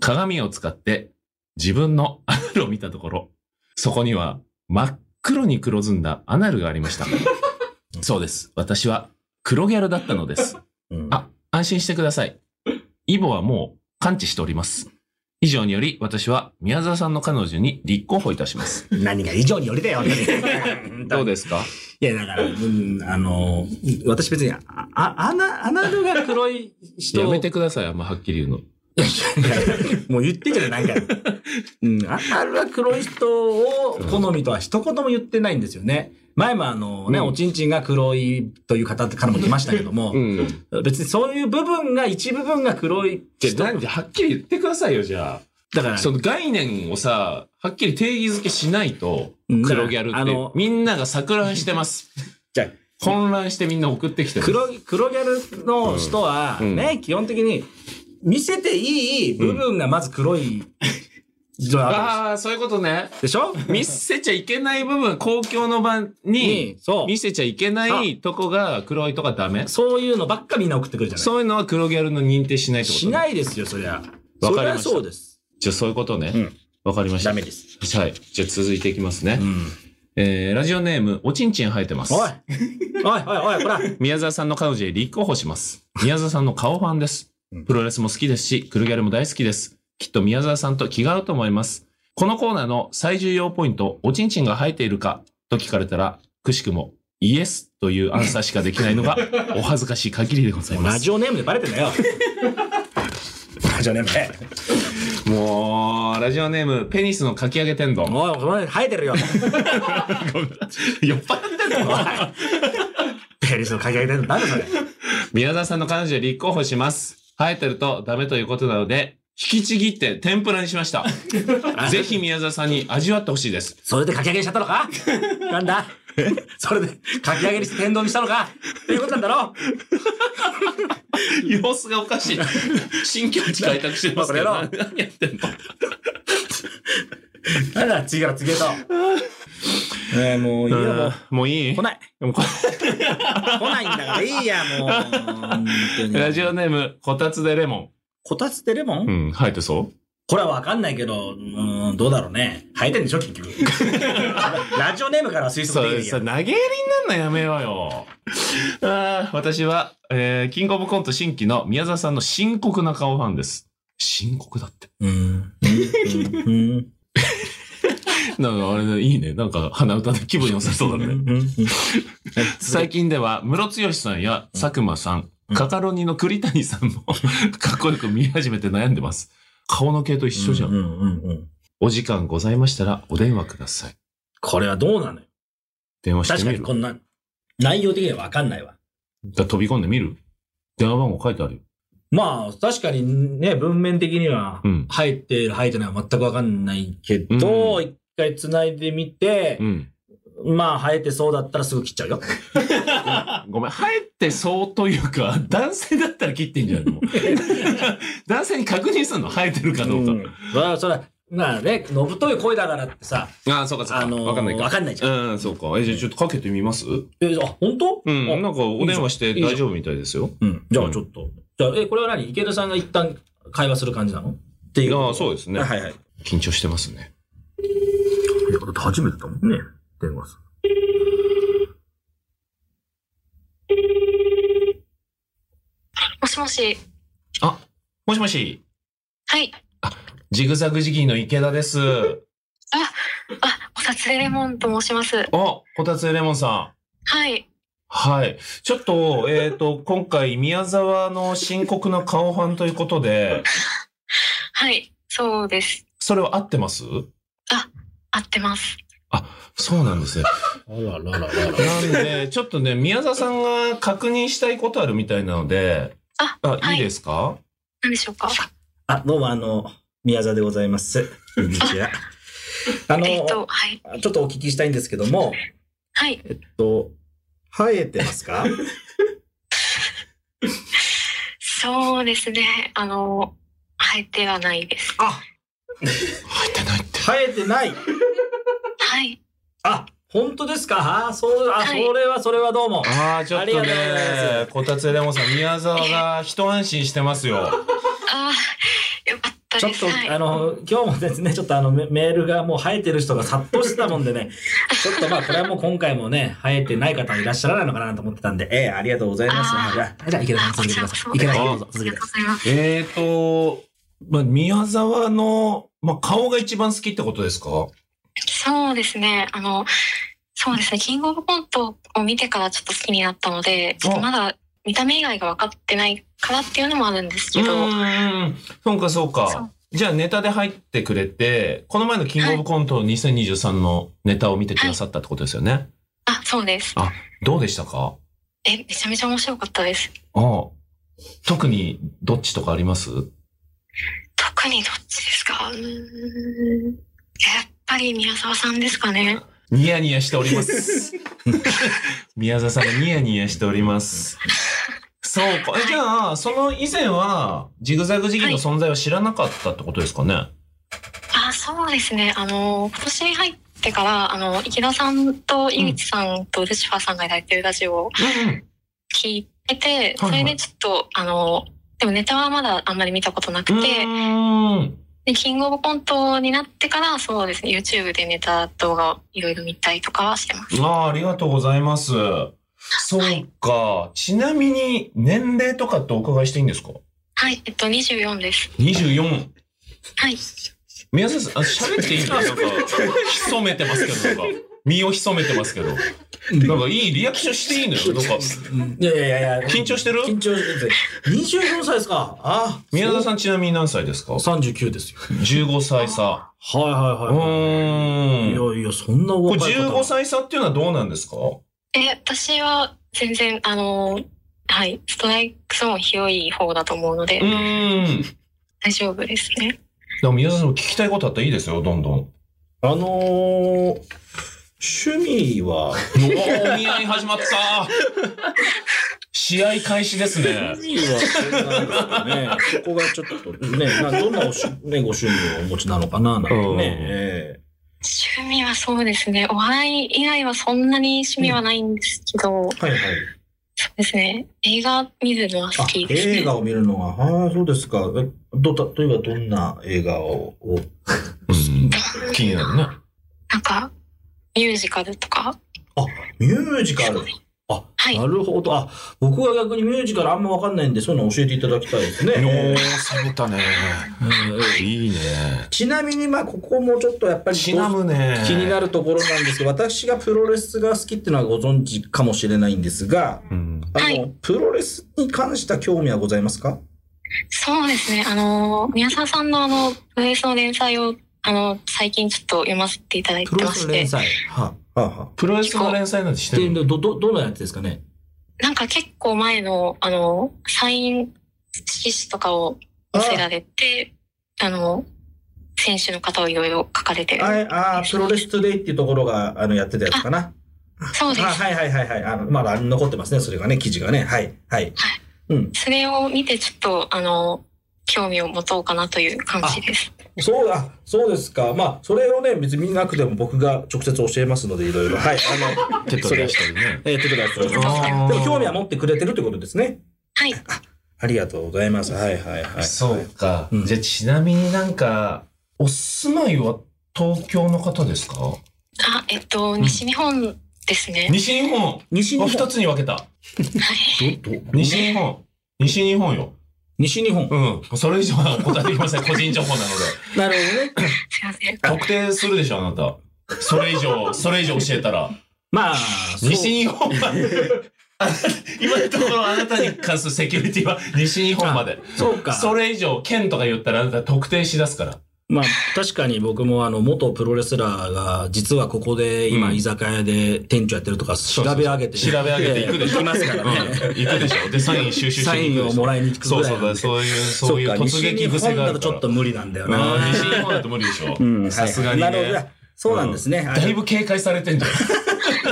Speaker 4: 鏡を使って自分のアナルを見たところ、そこには真っ黒に黒ずんだアナルがありました。 そうです。私は黒ギャルだったのです。
Speaker 3: うん
Speaker 4: あ、安心してください。イボはもう完治しております。以上により、私は宮沢さんの彼女に立候補いたします。
Speaker 3: 何が以上によりだよ、本当
Speaker 4: どう
Speaker 3: に。
Speaker 4: ですか
Speaker 3: いや、だから、うん、あの、私別に、あ、あ、アナ、アナルが黒い人を
Speaker 4: やめてください、あんまはっきり言うの。
Speaker 3: いやいや もう言ってんじゃない、何回も。 うん、アナルが黒い人を好みとは一言も言ってないんですよね。前もあのね、
Speaker 4: うん
Speaker 3: おちんちんが黒いという方からも来ましたけども、
Speaker 4: うん。
Speaker 3: 別にそういう部分が、一部分が黒い
Speaker 4: じ
Speaker 3: 人。
Speaker 4: ゃあ、なんではっきり言ってくださいよ、じゃあ。
Speaker 3: だから、
Speaker 4: その概念をさ、はっきり定義づけしないと
Speaker 3: うん、
Speaker 4: 黒ギャル
Speaker 3: あ
Speaker 4: っ
Speaker 3: の
Speaker 4: て、みんなが錯乱して ます。
Speaker 3: じゃあ
Speaker 4: 混乱してみんな送ってきてる。
Speaker 3: 黒い黒ギャルの人は、
Speaker 4: うん
Speaker 3: ね、基本的に見せていい部分がまず黒い、
Speaker 4: ああ、そういうことね。
Speaker 3: でしょ
Speaker 4: 見せちゃいけない部分、公共の場
Speaker 3: に
Speaker 4: に、
Speaker 3: そう
Speaker 4: 見せちゃいけないとこが黒いとかダメ
Speaker 3: そういうのばっかみんな送ってくるじゃない
Speaker 4: そういうのは黒ギャルの認定しないってこと
Speaker 3: し
Speaker 4: ね
Speaker 3: ないですよ、そりゃ。
Speaker 4: わ
Speaker 3: そ
Speaker 4: か
Speaker 3: り
Speaker 4: り
Speaker 3: ゃ
Speaker 4: ました
Speaker 3: そうです。
Speaker 4: じゃあそういうことね
Speaker 3: うん。
Speaker 4: わかりました。
Speaker 3: ダメです。
Speaker 4: はい。じゃあ続いていきますね
Speaker 3: う。ん。
Speaker 4: えーラジオネーム、おちんちん生えてます。
Speaker 3: おいおいおいおい、ほら。
Speaker 4: 宮沢さんの彼女へ立候補します。宮沢さんの顔ファンです。プロレスも好きですし、クルギャルも大好きです。きっと宮沢さんと気が合うと思います。このコーナーの最重要ポイント、おちんちんが生えているかと聞かれたら、くしくも、イエスというアンサーしかできない のが、お恥ずかしい限りでございま
Speaker 3: ラ
Speaker 4: す。
Speaker 3: ジオネームでバレてんだ よ。ラジオネームで。
Speaker 4: もう、ラジオネーム、ペニスのかき揚げ天丼。
Speaker 3: おい、この生えてる よ。
Speaker 4: 酔っ払ってんの
Speaker 3: ペリスの鍵開けてるの。なんだそれ。
Speaker 4: 宮沢さんの彼女へ立候補します。生えてるとダメということなので、引きちぎって天ぷらにしま した。ぜひ宮沢さんに味わってほしいです。
Speaker 3: それでかき揚げにしちゃったのかなんだそれでかき揚げにして天丼にしたのかっていうことなんだろ
Speaker 4: 様子がおかしい。新境地開拓してますけど。
Speaker 3: まあ
Speaker 4: 何
Speaker 3: そ
Speaker 4: やってんの
Speaker 3: なんだ次から次へと。えー、もういいよ、もう。
Speaker 4: もういい
Speaker 3: 来ない。
Speaker 4: でもこ
Speaker 3: 来ないんだからいいや、もう。本当に
Speaker 4: ラジオネーム、こたつでレモ
Speaker 3: こたつでレモ
Speaker 4: ン。
Speaker 3: ン、
Speaker 4: うん、生えてそう
Speaker 3: これはわかんないけど、うーん、どうだろうね。生えてんでしょ、結局。ラジオネームからは推測
Speaker 4: そ
Speaker 3: で
Speaker 4: う、
Speaker 3: き
Speaker 4: さ、
Speaker 3: る
Speaker 4: 投
Speaker 3: ん
Speaker 4: げやりになんのやめようよ。 あー私は、えーキングオブコント新規の宮沢さんの深刻な顔ファンです。深刻だって。
Speaker 3: うん。うん。
Speaker 4: なんかあれでいいね。なんか鼻歌で気分良さそうだね。最近では、ムロツヨシさんや佐久間さん、カカロニの栗谷さんも かっこよく見え始めて悩んでます。顔の系と一緒じゃん。
Speaker 3: うんうんうん。
Speaker 4: お時間ございましたらお電話ください。
Speaker 3: これはどうなのよ。
Speaker 4: 電話して
Speaker 3: 確か
Speaker 4: み
Speaker 3: に
Speaker 4: る
Speaker 3: こんな、内容的にはわかんないわ。
Speaker 4: だ飛び込んでみる電話番号書いてあるよ。
Speaker 3: まあ、確かにね、文面的には
Speaker 4: うん、
Speaker 3: 入ってる、入ってないは全くわかんないけど、
Speaker 4: うん
Speaker 3: 一回繋いでみて
Speaker 4: う、ん。
Speaker 3: まあ、生えてそうだったらすぐ切っちゃうよ。
Speaker 4: ごめん、生えてそうというか、 男性だったら切ってんじゃないの 男性に確認するの生えてるかどうか。
Speaker 3: ん。それは、それは、まあね、のぶとい声だからってさ、
Speaker 4: ああ、そうかそうか。
Speaker 3: あのー
Speaker 4: わかんないか。
Speaker 3: わかんないじゃ
Speaker 4: ん。うん、そうか。え、じゃあちょっとかけてみますう
Speaker 3: え、あ、本当
Speaker 4: ん。なんかお電話して
Speaker 3: いいじゃん
Speaker 4: 大丈夫みたいですよ。
Speaker 3: うん。じゃあちょっと。じゃあ、え、これは何池田さんが一旦会話する感じなのっていう。
Speaker 4: ああ、そうですね。
Speaker 3: はいはい。
Speaker 4: 緊張してますね。
Speaker 3: いやだって初めてだもんね、電話す
Speaker 6: もしもし。
Speaker 4: あ、もしもし、
Speaker 6: はい。
Speaker 4: ジグザグジギーの池田です。
Speaker 6: あ、おさつれレモンと申します。
Speaker 4: あ、こたつレモンさん。
Speaker 6: はい。
Speaker 4: はい。ちょっ と、えっ、と、今回、宮沢の深刻な顔版ということで、
Speaker 6: はい。そうです。
Speaker 4: それは合ってます
Speaker 6: 合ってます。
Speaker 4: そうなんですね。
Speaker 3: る。あらららら
Speaker 4: なんで、ちょっとね、宮沢さんが確認したいことあるみたいなので、
Speaker 6: あ、はい
Speaker 4: いいですか、
Speaker 6: 何でしょうか
Speaker 3: あ、どうもあの、宮沢でございます。こんにちは。 あの、
Speaker 6: えっと、はい。
Speaker 3: ちょっとお聞きしたいんですけども、
Speaker 6: はい。
Speaker 3: えっと、生えてますか
Speaker 6: そうですね。あの、生えてはないです。
Speaker 3: あ、
Speaker 4: 入ってないって。
Speaker 3: 生えてない。
Speaker 6: はい。
Speaker 3: あ、本当ですかあ、そう、あ、
Speaker 6: はい
Speaker 3: それは、それはどうも。
Speaker 4: ああ、ちょっと
Speaker 3: ありがとうございま
Speaker 4: ね
Speaker 3: す、
Speaker 4: こたつレモンさん、宮沢が一安心してますよ。
Speaker 6: ああ、よかった
Speaker 3: ちょ
Speaker 6: で
Speaker 3: っ
Speaker 6: す。
Speaker 3: と、
Speaker 6: はい。
Speaker 3: あの、今日もですね、ちょっとあの、メメールがもう生えてる人が殺到してたもん でね、ちょっとまあ、これはもう今回もね、生えてない方いらっしゃらないのかなと思ってたんで、ええありがとうございます。
Speaker 6: あー
Speaker 3: はいじゃあ、じゃあ池田さん続けてください。池田さん、どうぞ
Speaker 6: あ
Speaker 3: 続
Speaker 6: り
Speaker 3: け
Speaker 6: が
Speaker 3: て
Speaker 6: とうございます。
Speaker 4: えーと、まあ、宮沢の、まあ、顔が一番好きってことですか
Speaker 6: そうですね。あの、そうですね。キングオブコントを見てからちょっと好きになったので、ちょっとまだ見た目以外が分かってないからっていうのもあるんですけ
Speaker 4: う
Speaker 6: ど、
Speaker 4: ーん、そうかそうか。
Speaker 6: そう
Speaker 4: じゃあネタで入ってくれて、この前のキングオブコント2023のネタを見てくださったってことですよね。
Speaker 6: あ、そうです。
Speaker 4: どうでしたか
Speaker 6: え、めちゃめちゃ面白かったです。
Speaker 4: ああ。特にどっちとかあります
Speaker 6: 特にどっちですかうーん。やっぱり宮沢さんですかね。
Speaker 4: ニヤニヤしており ます。宮沢さんがニヤニヤしております。そうか。えじゃあ、その以前は、ジグザグジギーの存在を知らなかったってことですかね、
Speaker 6: あ、そうですね。あの、今年に入ってから、あの、池田さんと井口さんとルシファーさんがやられてるラジオを
Speaker 4: うんうん。
Speaker 6: 聞いてて、
Speaker 4: はいはい
Speaker 6: それでちょっと、あの、でもネタはまだあんまり見たことなく
Speaker 4: う
Speaker 6: て、
Speaker 4: ーん。
Speaker 6: でキングオブコントになってから、そうですね、YouTube でネタ動画をいろいろ見たりとかはしてます。
Speaker 4: ああ、ありがとうございます。そうか。ちなみに、年齢とかってお伺いしていいんですか
Speaker 6: はい、えっと、24です。
Speaker 4: ?24。
Speaker 6: はい。
Speaker 4: 宮沢さん、あ喋っていいん だなんか、潜めてますけど、なんか、身を潜めてますけど。なんか、いいリアクションしていいのよ。なんか、
Speaker 3: いやいやいやいや。
Speaker 4: 緊張してる
Speaker 3: 緊張してて。24歳ですかあ
Speaker 4: 宮沢さんちなみに何歳ですか
Speaker 3: 三39ですよ。
Speaker 4: ?15 歳差。
Speaker 3: はいは
Speaker 4: う
Speaker 3: いは
Speaker 4: ー
Speaker 3: い。い
Speaker 4: ん。こ
Speaker 3: やいや、そんなお
Speaker 4: れ
Speaker 3: 若い方
Speaker 4: 15歳差っていうのはどうなんですか
Speaker 6: え、私は全然、あのーはい、ストライクゾーン広い方だと思うので、
Speaker 4: うーん。
Speaker 6: 大丈夫ですね。
Speaker 4: でも宮沢さんも聞きたいことあったらいいですよ、どんどん。お
Speaker 3: あのー、趣味は、
Speaker 4: ーお見合い始まった試合開始ですね。
Speaker 3: 趣味は、ね、ここがちょっと ね、などんなおし、ね、ご趣味をお持ちなのかな、なんて
Speaker 4: うん
Speaker 3: ね。え
Speaker 6: 趣味はそうですね。お笑い以外はそんなに趣味はないんですけど、
Speaker 3: えはいはい。
Speaker 6: そうですね。映画見るのは好
Speaker 3: あ
Speaker 6: き、です
Speaker 3: 映
Speaker 6: ね。
Speaker 3: 画を見るのが、ああ、そうですか。えどた、例えばどんな映画を、お
Speaker 4: うん気になるね。
Speaker 6: なんか、ミュージカルとか。
Speaker 3: ミュージカル。あ、
Speaker 6: はい
Speaker 3: なるほど。あ、僕は逆にミュージカルあんまわかんないんで、そういうの教えていただきたいですね。
Speaker 4: おー、攻めたね。
Speaker 3: うん
Speaker 4: いいね。
Speaker 3: ちなみに、まあ、ここもちょっとやっぱり、
Speaker 4: ちなむね。
Speaker 3: 気にな
Speaker 4: る。
Speaker 3: るところなんですけど、私がプロレスが好きっていうのはご存知かもしれないんですが、
Speaker 4: うん。
Speaker 3: あの、
Speaker 6: はい
Speaker 3: プロレスに関した興味はございますか
Speaker 6: そうですね。あの、宮沢さんのあの、プロレスの連載を、あの、最近ちょっと読ませていただいてまして、
Speaker 3: 載。はあ、はあ、はあ。
Speaker 4: プロレスの連載なんてしてるの
Speaker 3: ど、ど、どのやつですかね
Speaker 6: なんか結構前の、あの、サイン
Speaker 7: 色紙とかを見せられて、あの、選手の方をいろいろ書かれてる。
Speaker 3: あれあー、プロレストゥデイっていうところが、あの、やってたやつかな。
Speaker 7: そう
Speaker 3: あ
Speaker 7: です。
Speaker 3: はいはいはいはい。あの、まだ残ってますね、それがね、記事がね。はい。はい。うん。
Speaker 7: それを見てちょっと、あの、興味を持とうかなという感じです。
Speaker 3: そう、あ、そうですか。まあ、それをね、別に見なくても僕が直接教えますので、いろいろ。はい。あの、
Speaker 4: 手取り足取りね。
Speaker 3: えー、手伝いしております。
Speaker 4: あ
Speaker 3: で
Speaker 4: ー
Speaker 3: も興味は持ってくれてるということですね。
Speaker 7: はい。
Speaker 3: ありがとうございます。はいはいはい。
Speaker 4: そうか。
Speaker 3: うん
Speaker 4: じゃあちなみになんか、お住まいは東京の方ですか
Speaker 7: あ、えっと、西日本ですね。
Speaker 4: 西日本を
Speaker 3: 西日本。
Speaker 4: 二つに分けた。
Speaker 7: はい。
Speaker 3: どど
Speaker 4: 西日本。西日本よ。
Speaker 3: 西日本。
Speaker 4: うん。それ以上は答えてきません。個人情報なので。
Speaker 3: なるほどね。
Speaker 7: すいません。
Speaker 4: 特定するでしょ、あなた。それ以上、それ以上教えたら。
Speaker 3: まあ、そう
Speaker 4: 西日本まで。あなた今のところあなたに関するセキュリティは西日本まで。
Speaker 3: そうか。
Speaker 4: それ以上、県とか言ったらあなた特定しだすから。
Speaker 3: まあ、確かに僕もあの、元プロレスラーが、実はここで今、
Speaker 4: うん
Speaker 3: 居酒屋で店長やってるとか、調べ上げて。
Speaker 4: 調べ上げていくでしょ。
Speaker 3: ええ行きますからね。
Speaker 4: うん行くでしょ。で、サイン収集し
Speaker 3: サ
Speaker 4: てい
Speaker 3: イ
Speaker 4: く
Speaker 3: ン
Speaker 4: で
Speaker 3: を
Speaker 4: しょ
Speaker 3: も。らいに行く
Speaker 4: そ
Speaker 3: ぐ
Speaker 4: う
Speaker 3: らい
Speaker 4: そう
Speaker 3: なん
Speaker 4: だ、
Speaker 3: で。
Speaker 4: そういう、そういう
Speaker 3: か
Speaker 4: 突撃癖がある
Speaker 3: 西日本だと
Speaker 4: か
Speaker 3: ち
Speaker 4: ら。
Speaker 3: ょっと無理なんだよ
Speaker 4: うん
Speaker 3: な。
Speaker 4: 西日本だと無理でしょ。
Speaker 3: うん
Speaker 4: さすがにね
Speaker 3: はいはいなるほど。そうなんですね。はい
Speaker 4: だいぶ警戒されてん じゃん。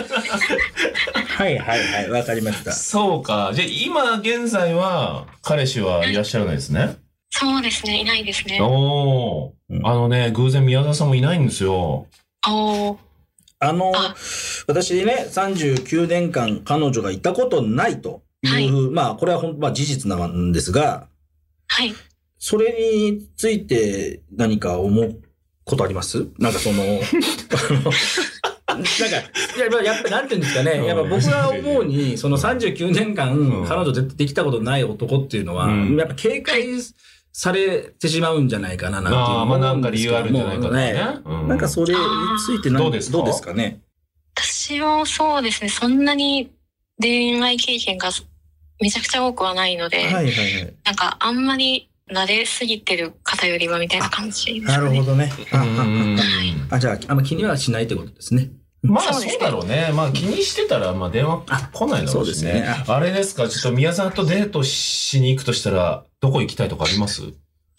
Speaker 3: はいはいはい。わかりました。
Speaker 4: そうか。じゃあ今現在は彼氏はいらっしゃらないですね。
Speaker 7: そうですね。いないですね。
Speaker 4: おお。
Speaker 3: うん
Speaker 4: あのね、偶然宮沢さんもいないんですよ。
Speaker 7: おー。
Speaker 3: あの
Speaker 7: あ、
Speaker 3: 私ね、39年間彼女がいたことないという、
Speaker 7: はい
Speaker 3: まあ、これはほん、まあ、事実なんですが、
Speaker 7: はい。
Speaker 3: それについて何か思うことありますなんかその、あの なんか、やっぱ、やっぱなんていうんですかね、やっぱ僕が思うに、その39年間、彼女でできたことない男っていうのは、
Speaker 4: うん
Speaker 3: やっぱ警戒されてしまうんじゃないかな、なんていう
Speaker 4: ああ、まあなん
Speaker 3: 思
Speaker 4: か
Speaker 3: う
Speaker 4: 理
Speaker 3: ですけ
Speaker 4: 由
Speaker 3: ど
Speaker 4: あるんじゃないかとかね。
Speaker 3: も
Speaker 4: う
Speaker 3: うんなんかそれについてなん
Speaker 4: どうですか
Speaker 3: どうですかね。
Speaker 7: 私はそうですね。そんなに恋愛経験がめちゃくちゃ多くはないので、
Speaker 3: はいはいはい。
Speaker 7: なんかあんまり慣れすぎてる方よりはみたいな感じです
Speaker 3: な
Speaker 7: かね。
Speaker 3: るほどね。ああ
Speaker 4: うん
Speaker 3: ああじゃあ、あんま気にはしないってことですね。
Speaker 4: まあ
Speaker 7: そうです
Speaker 4: そ
Speaker 7: ね
Speaker 4: うだろうね。まあ気にしてたら、まあ電話来ないだろうしね。
Speaker 3: あそうですね
Speaker 4: あれですか、ちょっと宮沢とデートしに行くとしたら、どこ行きたいとかあります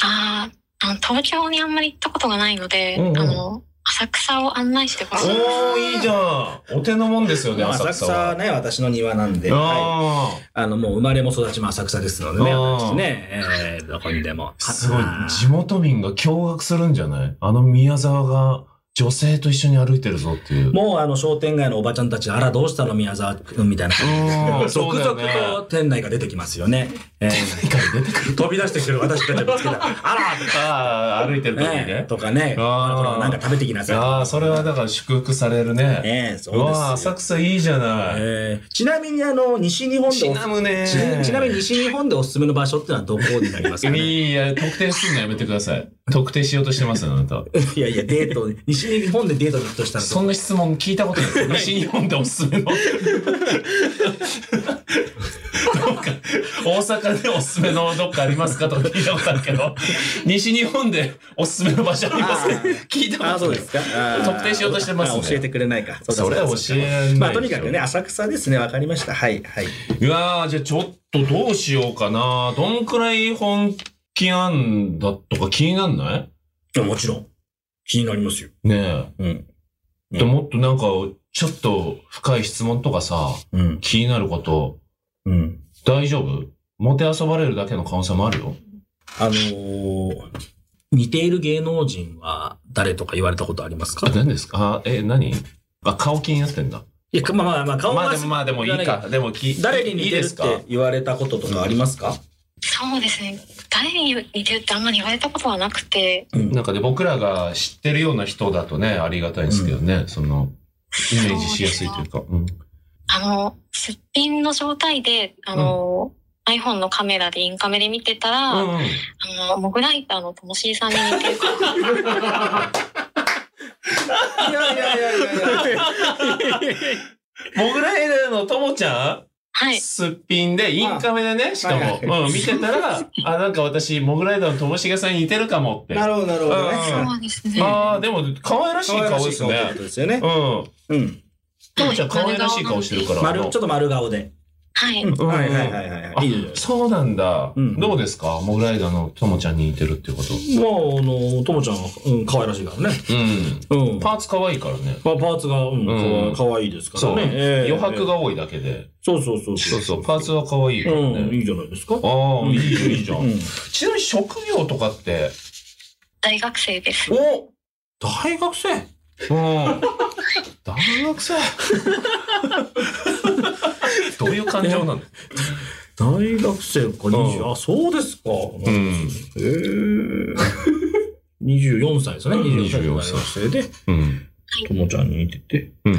Speaker 7: あーあの、東京にあんまり行ったことがないので、
Speaker 4: うんうん
Speaker 7: あの、浅草を案内してほしいです。
Speaker 4: おおいいじゃん。お手のもんですよね、
Speaker 3: まあ
Speaker 4: 浅
Speaker 3: 浅
Speaker 4: 草
Speaker 3: 草
Speaker 4: は。
Speaker 3: はね、私の庭なんで、はい
Speaker 4: あ
Speaker 3: あの、もう生まれも育ちも浅草ですのでね、
Speaker 4: あー
Speaker 3: 私ね、えーどこにでも。
Speaker 4: あ、すごい
Speaker 3: は。
Speaker 4: 地元民が驚愕するんじゃないあの宮沢が女性と一緒に歩いてるぞっていう。
Speaker 3: もうあの商店街のおばちゃんたち、あら、どうしたの宮沢君みたいな。
Speaker 4: うんそう
Speaker 3: 続
Speaker 4: だよ
Speaker 3: 々
Speaker 4: ね
Speaker 3: と店内が出てきますよね。えー
Speaker 4: 一回出てくる。
Speaker 3: 飛び出してくる私たちを見つけ たら、あらとか
Speaker 4: ああ、歩いてる時に
Speaker 3: ね
Speaker 4: ね。
Speaker 3: とかね、
Speaker 4: あー
Speaker 3: ほらなんか食べてきなさい。
Speaker 4: ああ、それはだから祝福されるね。
Speaker 3: ええそう
Speaker 4: う
Speaker 3: です
Speaker 4: わあ、
Speaker 3: よ。
Speaker 4: 浅草いいじゃない。
Speaker 3: えーちなみにあの、西日本で
Speaker 4: ちなむね
Speaker 3: ちなちなみに西日本でおすすめの場所ってのはどこになります かね
Speaker 4: いや、特定するのやめてください。特定しようとしてますよ、あなた。
Speaker 3: いやいや、デート、西日本でデートに行くとしたらど
Speaker 4: そ
Speaker 3: こ
Speaker 4: んな質問聞いたことない。西日本でおすすめの。どっか、大阪でおすすめのどっかありますかとか聞いたことあるけど、西日本でおすすめの場所ありますか
Speaker 3: あー
Speaker 4: 聞いたことない。
Speaker 3: あ、そうですか。あー
Speaker 4: 特定しようとしてますね
Speaker 3: あ教えてくれないか。うだ
Speaker 4: それは
Speaker 3: う
Speaker 4: 教
Speaker 3: だ
Speaker 4: えないでしょ
Speaker 3: まあ、とにかくね、浅草ですね。わかりました。はい、はい。
Speaker 4: いやー、じゃあちょっとどうしようかな。どんくらい本気なんだとか気になんない
Speaker 3: もちろん、気になりますよ。
Speaker 4: ね
Speaker 3: うん。
Speaker 4: え。でもっとなんか、ちょっと深い質問とかさ、
Speaker 3: うん。
Speaker 4: 気になること、
Speaker 3: うん。
Speaker 4: 大丈夫もてあそばれるだけの可能性もあるよ。
Speaker 3: あのー、似ている芸能人は誰とか言われたことありますか
Speaker 4: あ、何ですかあ、え、何あ、顔気になってんだ。
Speaker 3: いや、まあまあまあ、顔
Speaker 4: まあ
Speaker 3: は
Speaker 4: でもまあでもいいか。でもき、
Speaker 3: 誰に
Speaker 4: い
Speaker 3: 似
Speaker 4: い
Speaker 3: て
Speaker 4: で
Speaker 3: るっ
Speaker 4: すか
Speaker 3: て言われたこととかありますか
Speaker 7: そうですね。誰に似てるってあんまり言われたことはなくて、
Speaker 4: なんかで僕らが知ってるような人だとね、ありがたいんですけどね、その、イメージしやすいというか。うん
Speaker 7: あの、すっぴんの状態で、あの、iPhone のカメラでインカメで見てたら、
Speaker 4: うんうん。
Speaker 7: あの、モグライターのともしいさんに似て るから、
Speaker 3: いやいやいやいやいや。
Speaker 4: モグライダーのともちゃ
Speaker 7: は
Speaker 4: ん、
Speaker 7: い。
Speaker 4: すっぴんで、インカメでね、しかも、
Speaker 3: はいは
Speaker 4: うん、見てたら、あ、なんか私、モグライダーのともしげさんに似てるかもって。
Speaker 3: なるほど、なるほどね。
Speaker 4: うん
Speaker 7: そうですね。
Speaker 4: ああ、でも、可愛らしい
Speaker 3: 可愛ら
Speaker 4: 顔
Speaker 3: し
Speaker 4: で
Speaker 3: い
Speaker 4: す
Speaker 3: 顔って
Speaker 4: ね
Speaker 3: こ。とですよね
Speaker 4: うん。。
Speaker 3: うん。
Speaker 4: ともちゃん可愛らしい顔してるから。
Speaker 3: 丸、
Speaker 4: あ
Speaker 3: ち
Speaker 4: の
Speaker 3: ょっと丸顔で。
Speaker 7: はい。
Speaker 3: はいはいはいはいはい。いいじゃないですか
Speaker 4: そうなんだ。
Speaker 3: うん
Speaker 4: どうですかモグライダーのともちゃんに似てるっていうこと。
Speaker 3: まあ、あの、ともちゃんは、うん、可愛らしいからね。
Speaker 4: うん。
Speaker 3: うん。
Speaker 4: パーツ可愛いからね。
Speaker 3: まあ、パーツが、うん、かわ
Speaker 4: うん
Speaker 3: かわいいですか
Speaker 4: そ
Speaker 3: ら
Speaker 4: う。
Speaker 3: ね。ええ
Speaker 4: 余白。が多いだけで。
Speaker 3: そうそうそう。
Speaker 4: そうそう。パーツは可愛いよ
Speaker 3: うん、い
Speaker 4: ね。
Speaker 3: いじゃないですか。
Speaker 4: ああ、いいじゃん、いいじゃ。
Speaker 3: うんん
Speaker 4: ちなみに職業とかって、
Speaker 7: 大学生です。
Speaker 4: お
Speaker 3: 大学生
Speaker 4: うん。大学 生どういう感情なの
Speaker 3: 大学生か20、
Speaker 4: うん
Speaker 3: あ、そうですか。
Speaker 4: う
Speaker 3: へ
Speaker 4: ん。
Speaker 3: え。24歳ですね。24歳の大学生で、
Speaker 4: うん。
Speaker 3: ともちゃんに似てて、
Speaker 4: うん。
Speaker 3: う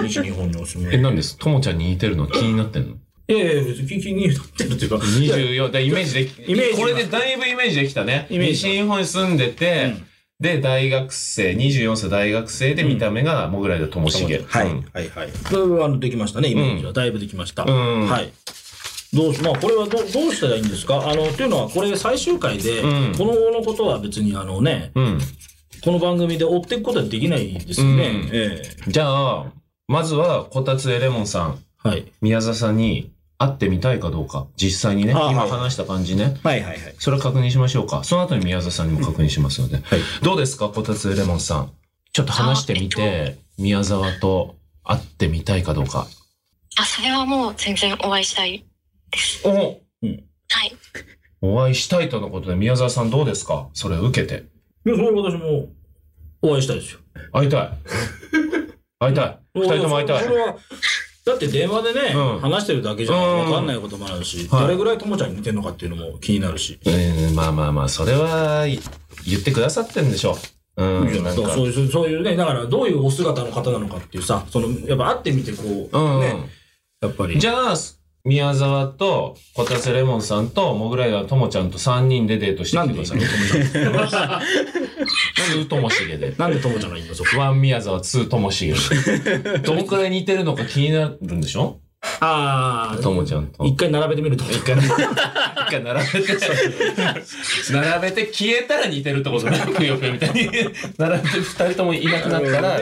Speaker 3: ん西日本にお 住ま
Speaker 4: え、
Speaker 3: い。
Speaker 4: なんですともちゃんに似てるの気になってんの
Speaker 3: いやいや、別に気になってるっていうか、
Speaker 4: 24でイメージでき
Speaker 3: イメージが
Speaker 4: これでだいぶイメージできたね
Speaker 3: イメージ
Speaker 4: 西日本に住んでて、
Speaker 3: うん
Speaker 4: で大学生24歳大学生で見た目がモグライダーともしげ
Speaker 3: はい、
Speaker 4: うん
Speaker 3: はい、はい。だいぶあのできましたね、イメージは。だいぶできました。
Speaker 4: うん
Speaker 3: はい。どうし、まあ、これはどうどうしたらいいんですかあの、っていうのは、これ最終回で、
Speaker 4: うん
Speaker 3: この後のことは別に、あのね、
Speaker 4: うん
Speaker 3: この番組で追っていくことはできないですよね。
Speaker 4: うん
Speaker 3: ええ
Speaker 4: じゃあまずはこたつえレモンさん
Speaker 3: はい。
Speaker 4: 宮沢さんに会ってみたいかどうか実際にね
Speaker 3: あ
Speaker 4: 今
Speaker 3: はい
Speaker 4: 話した感じね
Speaker 3: はいはいはい。
Speaker 4: それ確認しましょうかその後に宮沢さんにも確認しますので、
Speaker 3: はい
Speaker 4: どうですかこたつえレモンさんちょっと話してみ
Speaker 7: あ
Speaker 4: て宮沢と会ってみたいかどうか
Speaker 7: あ、それはもう全然お会いしたい。
Speaker 4: お
Speaker 7: はい。
Speaker 4: お会いしたいとのことで、宮沢さんどうですかそれを受けて。
Speaker 3: いや、それは私もお会いしたいですよ。
Speaker 4: 会い たい。会いたい。二人とも会いたい
Speaker 3: そ。れは、だって電話でね、
Speaker 4: うん
Speaker 3: 話してるだけじゃ
Speaker 4: うん
Speaker 3: 分かんないこともあるし、
Speaker 4: はい
Speaker 3: どれぐらいともちゃんに似てるのかっていうのも気になるし。
Speaker 4: うん、まあまあまあ、それは、い言ってくださってんでしょう。う
Speaker 3: いいじゃ
Speaker 4: ん、な
Speaker 3: な
Speaker 4: いん
Speaker 3: そう
Speaker 4: か。
Speaker 3: そういう、そういうね、だからどういうお姿の方なのかっていうさ、その、やっぱ会ってみてこう、
Speaker 4: うん、
Speaker 3: ね、やっぱり。
Speaker 4: じゃあ、宮沢と、こたつレモンさんと、モグライダーともちゃんと3人でデートして
Speaker 3: な
Speaker 4: き
Speaker 3: ん
Speaker 4: て
Speaker 3: で
Speaker 4: く
Speaker 3: い
Speaker 4: だ
Speaker 3: い
Speaker 4: さい。
Speaker 3: のと
Speaker 4: な
Speaker 3: も
Speaker 4: ん
Speaker 3: ちゃん。
Speaker 4: でうともしげで。
Speaker 3: なんでともちゃんがいいのそこ。
Speaker 4: ワン宮沢、ツーともしげで。どんくらい似てるのか気になるんでしょ
Speaker 3: あ
Speaker 4: ともちゃんと。
Speaker 3: 一回並べてみると。一回
Speaker 4: 一回並べて、並べて消えたら似てるってことなくよくみたいに。並べて二人ともいなくなったら、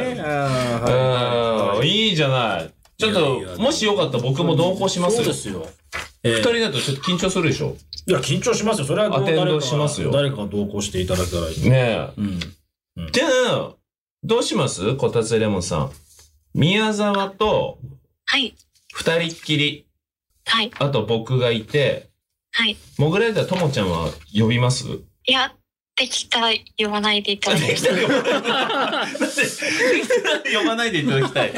Speaker 4: うん、いいじゃない。ちょっ
Speaker 3: いやい
Speaker 4: と、
Speaker 3: や
Speaker 4: もしよかったら僕も同行します
Speaker 3: そう
Speaker 4: よ
Speaker 3: で。すよ。
Speaker 4: 二人だとちょっと緊張するでしょ。
Speaker 3: いや、緊張しますよ。それはどう
Speaker 4: アテンド
Speaker 3: 誰か
Speaker 4: しますよ
Speaker 3: 誰かが同行していただけたらいい。
Speaker 4: ね
Speaker 3: うん。
Speaker 4: え。じゃあ、どうしますこたつレモンさん。宮沢と
Speaker 7: はい。
Speaker 4: 二人っきり、
Speaker 7: はい。
Speaker 4: あと僕がいて、
Speaker 7: はい。
Speaker 4: モグライダーともちゃんは呼びます
Speaker 7: いや、できたら言わないでいただきたい。
Speaker 4: 呼ばないでいただきたい。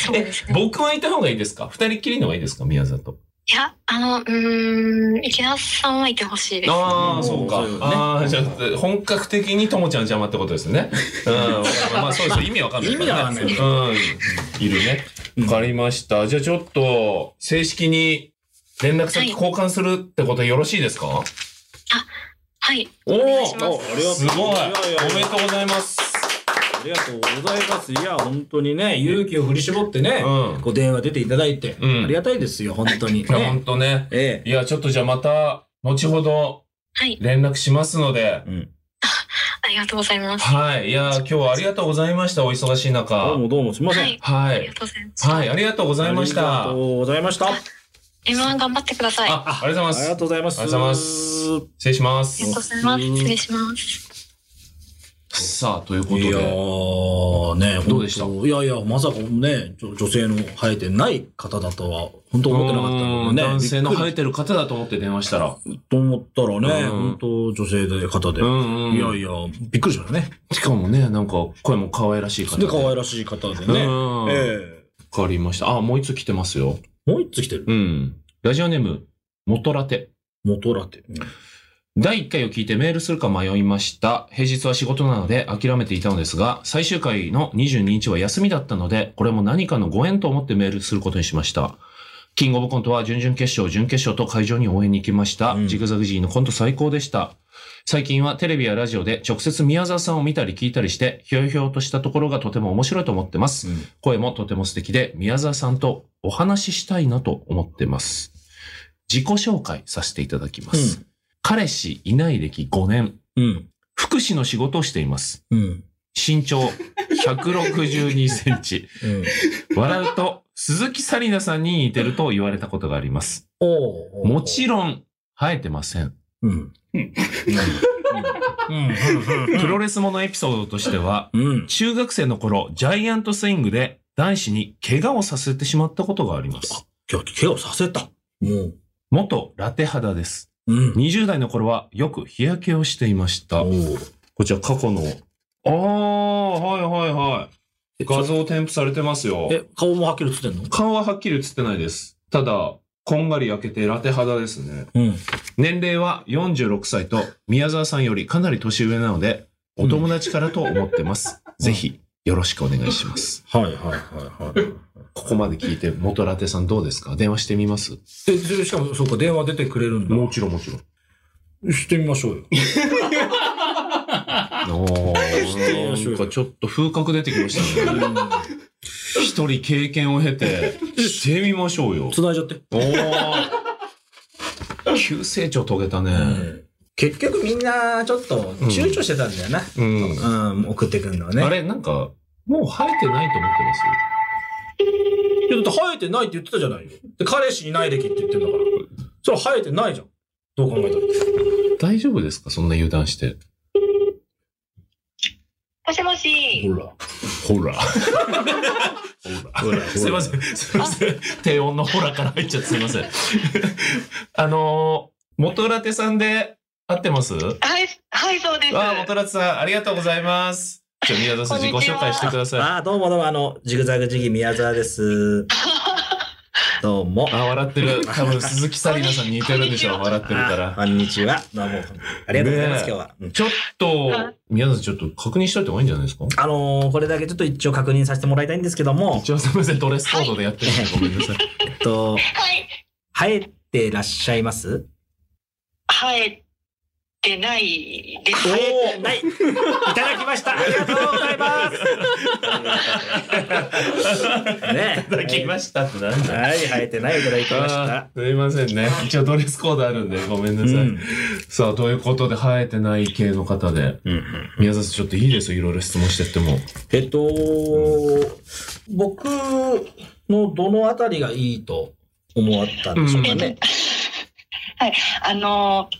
Speaker 7: そう
Speaker 4: え
Speaker 7: です、ね。
Speaker 4: 僕はいた方がいいですか二人きりの方がいいですか宮里。
Speaker 7: いや、あの、うーん、池田さんはいてほしいです。
Speaker 4: ああ、
Speaker 3: ー
Speaker 4: そうか。
Speaker 3: そうよね
Speaker 4: ああ、じゃあ、本格的にともちゃんの邪魔ってことですね。うん。わかりまあ、まあ、そうですよ。意味わかんない、
Speaker 3: 意味わかんない
Speaker 4: うん。いるね。わかりました。じゃあ、ちょっと、正式に連絡先交換するってことでよろしいですか、
Speaker 7: はい。
Speaker 4: おお
Speaker 7: 願いします
Speaker 3: ありがとう
Speaker 4: すごい
Speaker 3: いやいやいや
Speaker 4: おめでとうございます。
Speaker 3: ありがとうございます。いや、本当にね、勇気を振り絞ってね、
Speaker 4: うん
Speaker 3: ご電話出ていただいて、
Speaker 4: うん
Speaker 3: ありがたいですよ、本当に。
Speaker 4: いや、ほ
Speaker 3: ね
Speaker 4: んとね。
Speaker 3: ええ。
Speaker 4: いや、ちょっとじゃあまた、後ほど
Speaker 7: はい。
Speaker 4: 連絡しますので。
Speaker 7: ありがとうございます。
Speaker 4: はい。いや、今日はありがとうございました。お忙しい中。
Speaker 3: どうもどうもすみません。
Speaker 7: はい。
Speaker 4: は
Speaker 7: あり
Speaker 4: い
Speaker 7: が。とうございます。
Speaker 4: はい、ありがとうございまし
Speaker 3: あり
Speaker 4: た。
Speaker 3: が
Speaker 4: あ
Speaker 3: と、うございました。あ
Speaker 7: M1 頑張ってください。あ
Speaker 4: ありがとうござ
Speaker 3: り
Speaker 4: い
Speaker 3: が
Speaker 4: ます。
Speaker 3: とうございます。
Speaker 4: ありがとうございます失礼しま
Speaker 7: りがと
Speaker 4: す。
Speaker 7: うございます。失礼します。
Speaker 4: さあ、ということ
Speaker 3: いや
Speaker 4: で。
Speaker 3: ーね、
Speaker 4: どうでした
Speaker 3: 本当いやいや、まさかね、女女性の生えてない方だとは、本当思ってなかったの
Speaker 4: うん
Speaker 3: でね。
Speaker 4: 男性の
Speaker 3: びっく
Speaker 4: 生えてる方だと思って電話したら。
Speaker 3: りと思ったらね、
Speaker 4: うん
Speaker 3: 本当女性で方で。
Speaker 4: うんうん
Speaker 3: いやいや、びっくりしましたね。
Speaker 4: しかもね、なんか声も可愛らしい方
Speaker 3: で、可愛らしい方でね。
Speaker 4: うん
Speaker 3: え
Speaker 4: わかりました。あ、もう一つ来てますよ。
Speaker 3: えもう一つ来てる。
Speaker 4: うん。ラジオネーム、元ラテ。
Speaker 3: 元ラテ。
Speaker 4: 第1回を聞いてメールするか迷いました。平日は仕事なので諦めていたのですが、最終回の22日は休みだったので、これも何かのご縁と思ってメールすることにしました。キングオブコントは準々決勝、準決勝と会場に応援に行きました。
Speaker 3: うん
Speaker 4: ジグザグジーのコント最高でした。最近はテレビやラジオで直接宮沢さんを見たり聞いたりして、ひょいひょいとしたところがとても面白いと思ってます。
Speaker 3: うん
Speaker 4: 声もとても素敵で、宮沢さんとお話ししたいなと思ってます。自己紹介させていただきます。彼氏いない歴5年。
Speaker 3: うん。
Speaker 4: 福祉の仕事をしています。
Speaker 3: うん。
Speaker 4: 身長162センチ。
Speaker 3: うん。
Speaker 4: 笑うと鈴木紗理奈さんに似てると言われたことがあります。
Speaker 3: お
Speaker 4: もちろん、生えてません。
Speaker 3: ろん。うん。うん。
Speaker 4: プロレスものエピソードとしては、
Speaker 3: うん。
Speaker 4: 中学生の頃、ジャイアントスイングで男子に怪我をさせてしまったことがあります。
Speaker 3: 今日、怪我させた。も
Speaker 4: 元ラテ肌です。
Speaker 3: う。うん。
Speaker 4: 20代の頃はよく日焼けをしていました。
Speaker 3: お
Speaker 4: こちら過去の。ああ、はいはいはい。画像添付されてますよ。
Speaker 3: え、顔もはっきり映ってんの
Speaker 4: 顔ははっきり映ってないです。ただ、こんがり焼けてラテ肌ですね。
Speaker 3: うん。
Speaker 4: 年齢は46歳と宮沢さんよりかなり年上なので、お友達からと思ってます。ぜひ、よろしくお願いします。
Speaker 3: はいはいはいはい。
Speaker 4: ここまで聞いて、元ラテさんどうですか電話してみます
Speaker 3: で、でしかも、そうか、電話出てくれるんだ。
Speaker 4: もちろんもちろん。
Speaker 3: してみましょうよ。
Speaker 4: おー、なんかちょっと風格出てきましたね。一人経験を経て、してみましょう よ。
Speaker 3: 繋いじゃって。
Speaker 4: おー。急成長遂げたね。
Speaker 3: 結局みんな、ちょっと、躊躇してたんだよな。
Speaker 4: うん。
Speaker 3: うん、送ってくるのはね。
Speaker 4: あれなんか、もう生えてないと思ってます
Speaker 3: いやだって生えてないって言ってたじゃないよ。で、彼氏いない歴って言ってんだから。それ生えてないじゃん。どう考えたら。
Speaker 4: 大丈夫ですかそんな油断して。
Speaker 7: もしもし。
Speaker 4: ほら。ほら。 ほら。 すいません。すいません。低音のほらから入っちゃってすいません。 あのー、元ラテさんで合ってます
Speaker 7: はい、はい、そうです。
Speaker 4: わあ、元ラテさん、ありがとうございます。じゃあ、宮田さん、自己
Speaker 7: こんにちは
Speaker 4: 紹介してください。あ
Speaker 3: ああ、どうもどうも、あの、ジグザグジギ宮沢 です。どうも。
Speaker 4: あ、笑ってる。多分、鈴木紗理奈さんに似てるんでしょう。笑ってるから。
Speaker 3: こんにちは。どうも。ありがとうございま
Speaker 4: ね
Speaker 3: す、
Speaker 4: え
Speaker 3: 今日は。うん
Speaker 4: ちょっと、宮田さん、ちょっと確認しといた方がいいんじゃないですか
Speaker 3: あのーこれだけちょっと一応確認させてもらいたいんですけども、
Speaker 4: 一応すみません、ドレスコードでやってるんで、ごめんなさい。
Speaker 3: えっと、
Speaker 7: はい。
Speaker 3: 生えてらっしゃいます
Speaker 7: 生えてないです。
Speaker 3: 生えてない。いただきました。ありがとうございます。ね
Speaker 4: いただきましたってなんだ。
Speaker 3: はい、生えてないいただきました
Speaker 4: あ。ーすいませんね。一応ドレスコードあるんで、ごめんなさい。
Speaker 3: うん
Speaker 4: さあ、ということで、生えてない系の方で。宮沢さん、ちょっといいですよ。いろいろ質問してっても。
Speaker 3: えっと、僕のどのあたりがいいと思わったんでしょうかね。
Speaker 7: はい。あの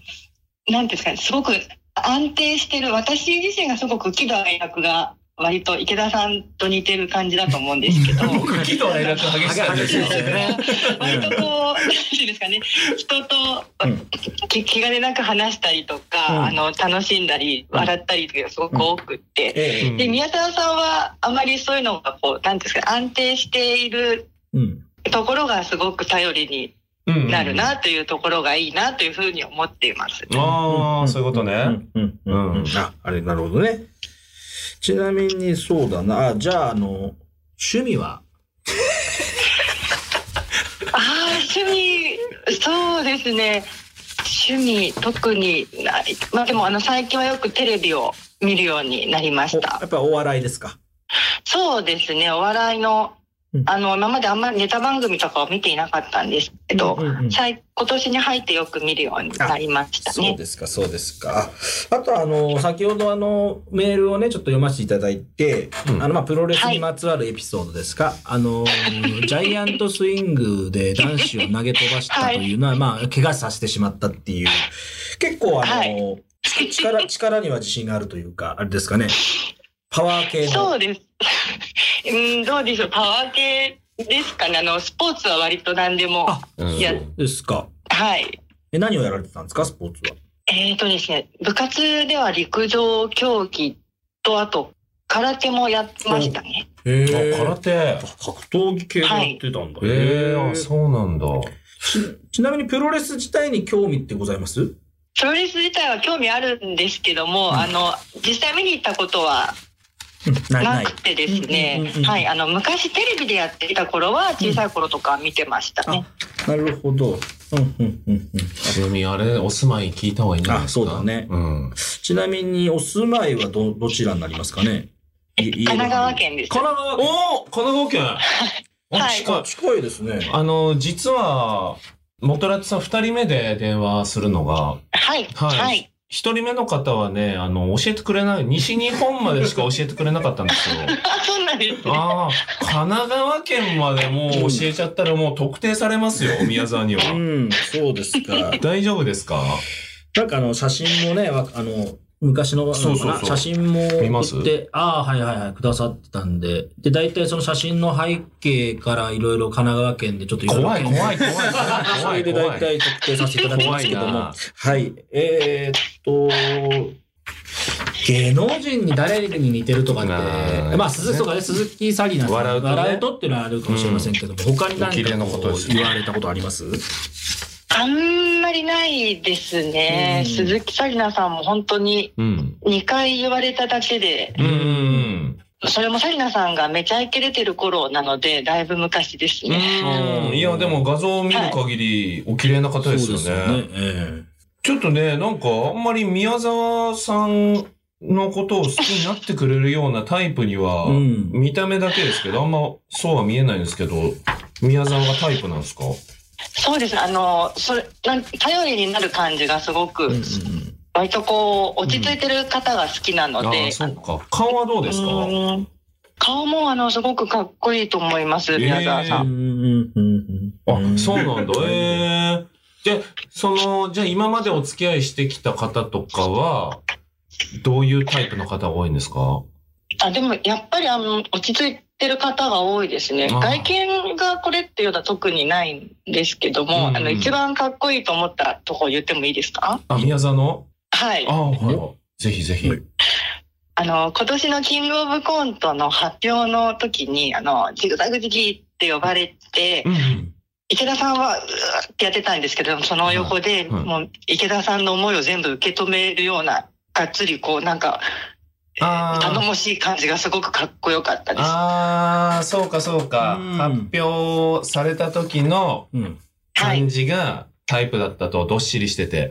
Speaker 7: ー、なんていうんですかね、すごく安定してる、私自身がすごく喜怒哀楽が、割と池田さんと似てる感じだと思うんですけど。
Speaker 4: 喜怒哀楽激しかったです
Speaker 3: 激しいですよね
Speaker 7: 割とこう、なんていうんですかね、人と、
Speaker 3: うん
Speaker 7: き気兼ねなく話したりと
Speaker 3: う
Speaker 7: か、
Speaker 3: ん
Speaker 7: あの、楽しんだり、笑ったりとかすごく多くって、
Speaker 3: ええ
Speaker 7: で、宮沢さんはあまりそういうのがこう、なんていうんですか、安定している
Speaker 3: うん。
Speaker 7: ところがすごく頼りに
Speaker 4: うん
Speaker 7: なる。なというところがいいなというふうに思っています。
Speaker 4: ああ、そういうこと
Speaker 3: う
Speaker 4: ね。
Speaker 3: んうんうん
Speaker 4: うん
Speaker 3: あ、あれ、なるほどね。ちなみにそうだな。あじゃあ、あの、趣味は
Speaker 7: ああ、趣味、そうですね。趣味、特にない。まあでも、あの、最近はよくテレビを見るようになりま
Speaker 3: お
Speaker 7: し
Speaker 3: や
Speaker 7: た。
Speaker 3: っぱお笑いですか。
Speaker 7: そうですね、お笑いの
Speaker 3: うん、
Speaker 7: あの、今まであんまりネタ番組とかを見ていなかったんですけど、
Speaker 3: うんうんうん
Speaker 7: 最今年に入ってよく見るようになりました
Speaker 3: そう
Speaker 7: ね。
Speaker 3: ですか、そうですか。ああと、あの、先ほどあの、メールをね、ちょっと読ませていただいて、
Speaker 4: うん
Speaker 3: あの、まあ、プロレスにまつわるエピソードですか。あ の、ジャイアントスイングで男子を投げ飛ばしたというのは、まあ、怪我させてしまったっていう、結構あの、
Speaker 7: は
Speaker 3: 力、力には自信があるというか、あれですかね。パワー系
Speaker 7: そ
Speaker 3: の。
Speaker 7: うです。 うん、どうでしょう、パワー系ですかね。あの、スポーツは割と何でも
Speaker 3: あ。
Speaker 4: うん
Speaker 7: いや
Speaker 3: ですか。
Speaker 7: はい。
Speaker 3: え、何をやられてたんですか、スポーツは。
Speaker 7: えっ、とですね、部活では陸上競技と、あと、空手もやってましたね。
Speaker 3: へ
Speaker 4: あ空手。
Speaker 3: 格闘技系
Speaker 7: をやって
Speaker 3: たんだ
Speaker 4: ええあ、そうなんだ。
Speaker 3: ちちなみにプロレス自体に興味ってございます
Speaker 7: プロレス自体は興味あるんですけども、あの、実際見に行ったことは
Speaker 3: ない
Speaker 7: なくてです
Speaker 3: うんうん
Speaker 7: ね
Speaker 3: うんう、ん
Speaker 7: はい、あの、昔テレビでやっていた頃は、小さい頃とか見てましたね。
Speaker 3: なるほど。うんうんうんうん、
Speaker 4: ちなみに、あれ、お住まい聞いた方がいいんじゃないですか
Speaker 3: あそうだね
Speaker 4: うん。
Speaker 3: ちなみにお住まいはどどちらになりますかね神
Speaker 7: 神奈川。県です。
Speaker 4: 神奈川県。おー神 奈川県。あ
Speaker 7: はい
Speaker 4: 近い
Speaker 3: あ近いですね。
Speaker 4: あの、実は、元ラテさん二人目で電話するのが、
Speaker 7: はい、
Speaker 4: はい
Speaker 7: はい、
Speaker 4: 一人目の方はね、あの、教えてくれない、西日本までしか教えてくれなかったんですよ。
Speaker 7: あ、そうなんですね。
Speaker 4: ああ、神奈川県までもう教えちゃったらもう特定されますよ、宮沢には。
Speaker 3: うん、そうです か。
Speaker 4: 大丈夫ですか
Speaker 3: なんかあの、写真もね、わあの、昔のなのかな
Speaker 4: そうそうそう
Speaker 3: 写真も
Speaker 4: 見ます
Speaker 3: 送って、ああ、はいはいはい、くださってたんで。で、大体その写真の背景からいろいろ神奈川県でちょっと色々
Speaker 4: 怖い怖い怖い
Speaker 3: そ
Speaker 4: 怖
Speaker 3: れ
Speaker 4: い
Speaker 3: で
Speaker 4: 怖
Speaker 3: 大
Speaker 4: い。
Speaker 3: 体特定させていた だきま
Speaker 4: 怖
Speaker 3: す
Speaker 4: い
Speaker 3: けども
Speaker 4: な。。
Speaker 3: はい。えー、っと、芸能人に誰に似てるとか
Speaker 4: ま
Speaker 3: って、
Speaker 4: あ
Speaker 3: まあ、鈴木とかね、鈴木紗理奈さん、
Speaker 4: 笑うとね
Speaker 3: っていうのはあるかもしれませんけども、他に
Speaker 4: お綺麗
Speaker 3: 何
Speaker 4: な
Speaker 3: か
Speaker 4: こ
Speaker 3: こと
Speaker 4: で
Speaker 3: う
Speaker 4: すね
Speaker 3: 言われたことあります
Speaker 7: あんまりないですね。
Speaker 3: うん
Speaker 7: 鈴木紗理奈さんも本当に
Speaker 4: うん。
Speaker 7: 2回言われただけで、
Speaker 4: うんうん
Speaker 7: それも紗理奈さんがめちゃイケ出てる頃なので、だいぶ昔です
Speaker 4: うん。う
Speaker 7: ね。
Speaker 4: ーん。いや、でも画像を見る限り、お綺麗な方ですよね。
Speaker 3: え
Speaker 4: ちょっとね、なんかあんまり宮沢さんのことを好きになってくれるようなタイプには
Speaker 3: え。、ん。
Speaker 4: 見た目だけですけど、あんまそうは見えないんですけど、宮沢がタイプなんですか
Speaker 7: そうですね。あの、それ、なん頼りになる感じがすごく、割とこう、落ち着いてる方が好きなの
Speaker 4: あ
Speaker 7: で
Speaker 4: あ、、そうか。顔はどうですか
Speaker 7: うん顔もあの、すごくかっこいいと思います、
Speaker 4: えー
Speaker 7: 宮沢さん。
Speaker 4: あ、そう
Speaker 3: う
Speaker 4: なんだ。ええじゃあ、その、じゃあ今までお付き合いしてきた方とかは、どういうタイプの方が多いんですか
Speaker 7: あでもやっぱりあの落ち着いてる方が多いですね
Speaker 4: あー
Speaker 7: 外見がこれっていうのは特にないんですけども、
Speaker 4: うんうん
Speaker 7: あの一番かっこいいと思ったとこ言ってもいいですか
Speaker 4: あ、宮沢の
Speaker 7: はい
Speaker 4: あ、
Speaker 7: あ
Speaker 4: はい。ぜひぜひ。
Speaker 3: は
Speaker 7: の今年のキングオブコントの発表の時にあのジグザグジギって呼ばれて、
Speaker 4: うん。
Speaker 7: 池田さんはうーってやってたんですけどその横で、
Speaker 4: はいはい
Speaker 7: もう池田さんの思いを全部受け止めるようながっつりこうなんか
Speaker 4: あ
Speaker 7: 頼
Speaker 4: ー
Speaker 7: もしい感じがすごくかっこよかったです。
Speaker 4: あー、そうかそうか。
Speaker 3: うん
Speaker 4: 発表された時の
Speaker 3: うん。
Speaker 7: はい
Speaker 4: 感じがタイプだったと、どっしりしてて。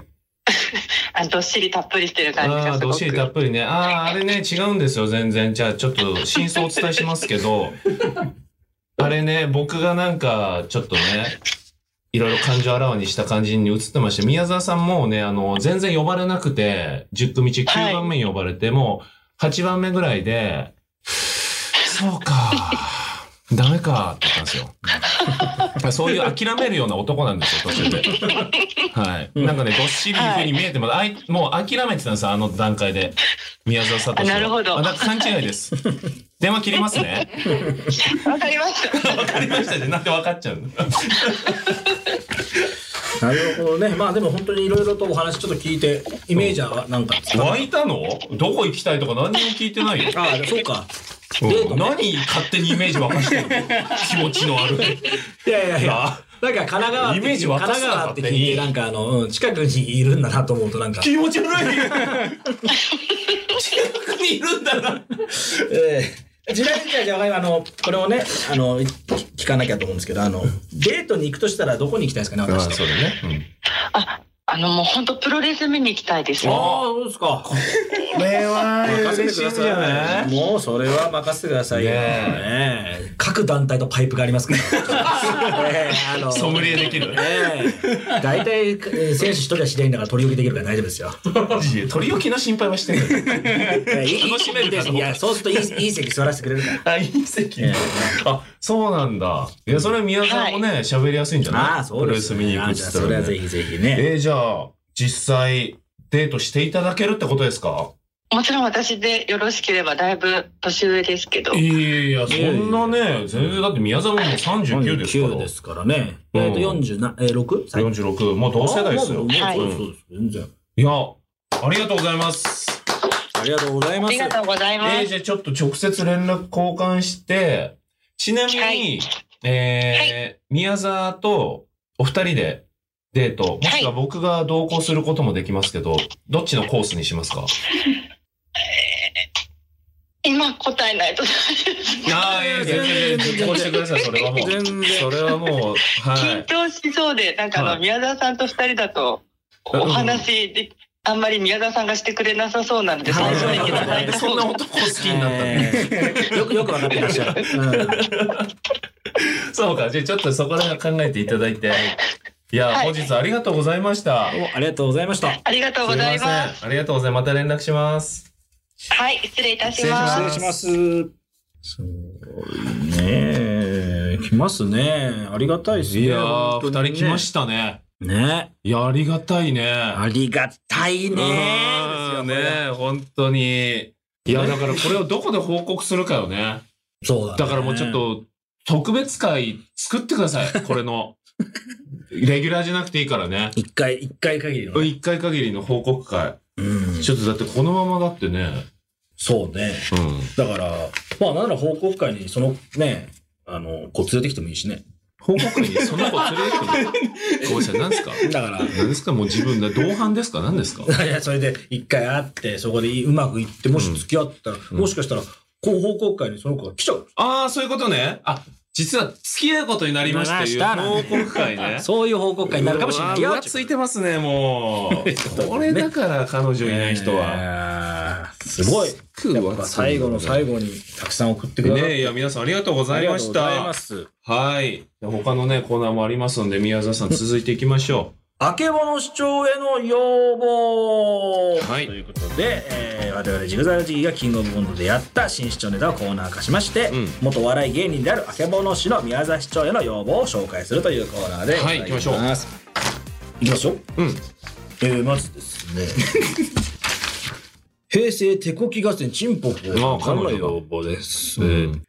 Speaker 7: あのどっしりたっぷりしてる感じ
Speaker 4: あ
Speaker 7: が
Speaker 4: あ、
Speaker 7: す
Speaker 4: ど
Speaker 7: ご
Speaker 4: っ
Speaker 7: く
Speaker 4: しりたっぷりね。ああ、あれね、違うんですよ、全然。じゃあ、ちょっと真相をお伝えしますけ ど、あれね、僕がなんか、ちょっとね、いろいろ感情あらわにした感じに映ってまして、宮沢さんもうね、あの、全然呼ばれなくて、10組中9番目に呼ばれて、もう8番目ぐらいで、 そうか、ダメか、って言ったんです よ。そういう諦めるような男なんですよ、途中で。はい。なんかね、どっしりいう風に見えてます。あい、もう諦めてたんですよ、あの段階で。宮沢聡は。
Speaker 7: あなるほど
Speaker 4: あなんか勘違いです。電話切りますね。
Speaker 7: わかりま した。
Speaker 4: わかりましたね。なんで分かっちゃうの
Speaker 3: なるほどね。まあでも本当にいろいろとお話ちょっと聞いて、イメージはなんかつか
Speaker 4: 湧いたのどこ行きたいとか何にも聞いてないよ。
Speaker 3: ああ、そうか。
Speaker 4: うん何勝手にイメージ沸かしてるの気持ちの悪い。
Speaker 3: いやいやいや。
Speaker 4: な
Speaker 3: なんか神奈川って
Speaker 4: イメージ
Speaker 3: 神
Speaker 4: 湧か
Speaker 3: 奈
Speaker 4: すな
Speaker 3: 川って聞いて、なんかあの、うん近くにいるんだなと思うとなん か。
Speaker 4: 気持ち悪い。近くにいるんだな。
Speaker 3: ええ時代時代じゃあ、あの、これをね、 あの、聞かなきゃと思うんですけど、あの、デートに行くとしたらどこに行きたいですかね、私って。
Speaker 4: うだね。
Speaker 7: あ、あのもう本当プロレス見に行きたいです。は
Speaker 3: ああ、そうですか。
Speaker 4: これはい
Speaker 3: もうそれは任せてくださいよ。
Speaker 4: ね
Speaker 3: ねえ各団体とパイプがあります から。ええあの
Speaker 4: ソムリエできる
Speaker 3: ねえ大体、えー選手一人は知り合いだから取り置きできるから大丈夫ですよ。
Speaker 4: や取り置きの心配はしてる。
Speaker 3: ええいい
Speaker 4: 楽しめるから
Speaker 3: いいいや、そうするといいいい席座らせてくれるから。
Speaker 4: あ、隕石
Speaker 3: え
Speaker 4: あ、そうなんだ。いや、それは宮沢もね、喋、りやすいんじゃない
Speaker 3: ああ、そうです、
Speaker 4: プロレス見に行く
Speaker 3: あ
Speaker 4: っ
Speaker 3: じゃ
Speaker 4: つ
Speaker 3: あ
Speaker 4: った
Speaker 3: それ
Speaker 4: ら、ね。
Speaker 3: はぜひぜひね。
Speaker 4: えー、じゃあ、実際、デートしていただけるってことですか
Speaker 7: もちろん私でよろしければだいぶ年上ですけど
Speaker 4: い。やいや、そ
Speaker 3: やいや
Speaker 4: んなね、全然、だって宮沢ももう39ですから。
Speaker 3: 9ですからね。
Speaker 4: うん
Speaker 3: えっと、47、えー、6?
Speaker 4: 46。もう同世代ですよ。
Speaker 7: はい
Speaker 3: そうそうです。全然。
Speaker 4: いや、ありがとうございます。
Speaker 3: ありがとうござい
Speaker 7: あ
Speaker 3: ます
Speaker 7: り。がとうございま
Speaker 4: えー、
Speaker 7: す。
Speaker 4: じゃあちょっと直接連絡交換して、ちなみに、
Speaker 7: はい
Speaker 4: えー宮沢とお二人でデート、もしくは僕が同行することもできますけど、どっちのコースにしますか
Speaker 7: 今答えないと。
Speaker 4: ああ、いやいや、全然実行してください、それはもう。
Speaker 3: 全然
Speaker 4: それはもう、は
Speaker 7: 緊
Speaker 4: い。
Speaker 7: 張しそうで、なんかあ
Speaker 4: はい
Speaker 7: の宮沢さんと二人だとお話で、あんまり宮沢さんがしてくれなさそうなんで、
Speaker 3: はい
Speaker 7: 最初に
Speaker 3: は
Speaker 4: なんでそんな男好きになったの、
Speaker 3: えーよく、よくわかってらっしゃる。うん
Speaker 4: そうか、じゃあちょっとそこら辺考えていただいて。いや、
Speaker 7: はい
Speaker 4: 本日ありがとうございました。
Speaker 3: おありがとうございました。。
Speaker 7: ありがとうございま
Speaker 4: す
Speaker 7: す。
Speaker 4: いません。ありがとうございます。また連絡します。
Speaker 7: はい、失礼いたし
Speaker 4: 失
Speaker 7: ます。
Speaker 4: 礼します
Speaker 3: すごいね。来ますね。ありがたいですね。
Speaker 4: いやー、
Speaker 3: 本
Speaker 4: 二、
Speaker 3: 当にね
Speaker 4: 人来ましたね。
Speaker 3: ね。
Speaker 4: いや、ありがたいね。
Speaker 3: ありがたいね。です
Speaker 4: う
Speaker 3: よ
Speaker 4: んね本当に。いや、だからこれをどこで報告するかよね。
Speaker 3: そうだ、ね。
Speaker 4: だからもうちょっ。と、特別会作ってくださ い。これの。レギュラーじゃなくていいからね。
Speaker 3: 一回、一回限りのね。
Speaker 4: 一回限りの報告会。
Speaker 3: うん。
Speaker 4: ちょっとだってこのままだってね。
Speaker 3: そうね。
Speaker 4: うん。
Speaker 3: だから、まあ、なんなら報告会に、そのね、あの、こう連れてきてもいいしね。
Speaker 4: 報告会にその子連れて くるごめんなさい、何ですか
Speaker 3: だから、
Speaker 4: 何ですかもう自分で同伴ですか何ですか
Speaker 3: いや、それで一回会って、そこでうまくいって、もし付き合ったら、
Speaker 4: ん
Speaker 3: もしかしたら、こう報告会にその子が来ちゃう。
Speaker 4: ああ、そういうことね。あ、実は付き合うことになりましたという
Speaker 3: なりま
Speaker 4: 報
Speaker 3: したね
Speaker 4: 告会ね。
Speaker 3: そういう報告会になるかもしれないよ。
Speaker 4: うわついてますね、も う。これだから彼女いない人は。
Speaker 3: は。すごい。
Speaker 4: や
Speaker 3: やっぱ最後の最
Speaker 4: 後。
Speaker 3: 後にたくさん送ってくださって。
Speaker 4: ねいや、皆さんありがとうございまし
Speaker 3: ありがとうござい
Speaker 4: た
Speaker 3: ま。す。
Speaker 4: はい。他のね、コーナーもありますので、宮沢さん続いていきましょ
Speaker 3: あけぼの主張への要望、
Speaker 4: はい
Speaker 3: ということで、えー我々ジグザグジギがキングオブコントでやった新視聴ネタをコーナー化しまして、
Speaker 4: うん
Speaker 3: 元お笑い芸人であるあけぼの氏の宮沢市長への要望を紹介するというコーナーで
Speaker 4: はい
Speaker 3: ござますいきましょう
Speaker 4: う。うん。
Speaker 3: えー、まずですね 平成手こき合戦チンポ
Speaker 4: あ
Speaker 3: コ
Speaker 4: 彼女だ
Speaker 3: 望です、
Speaker 4: うん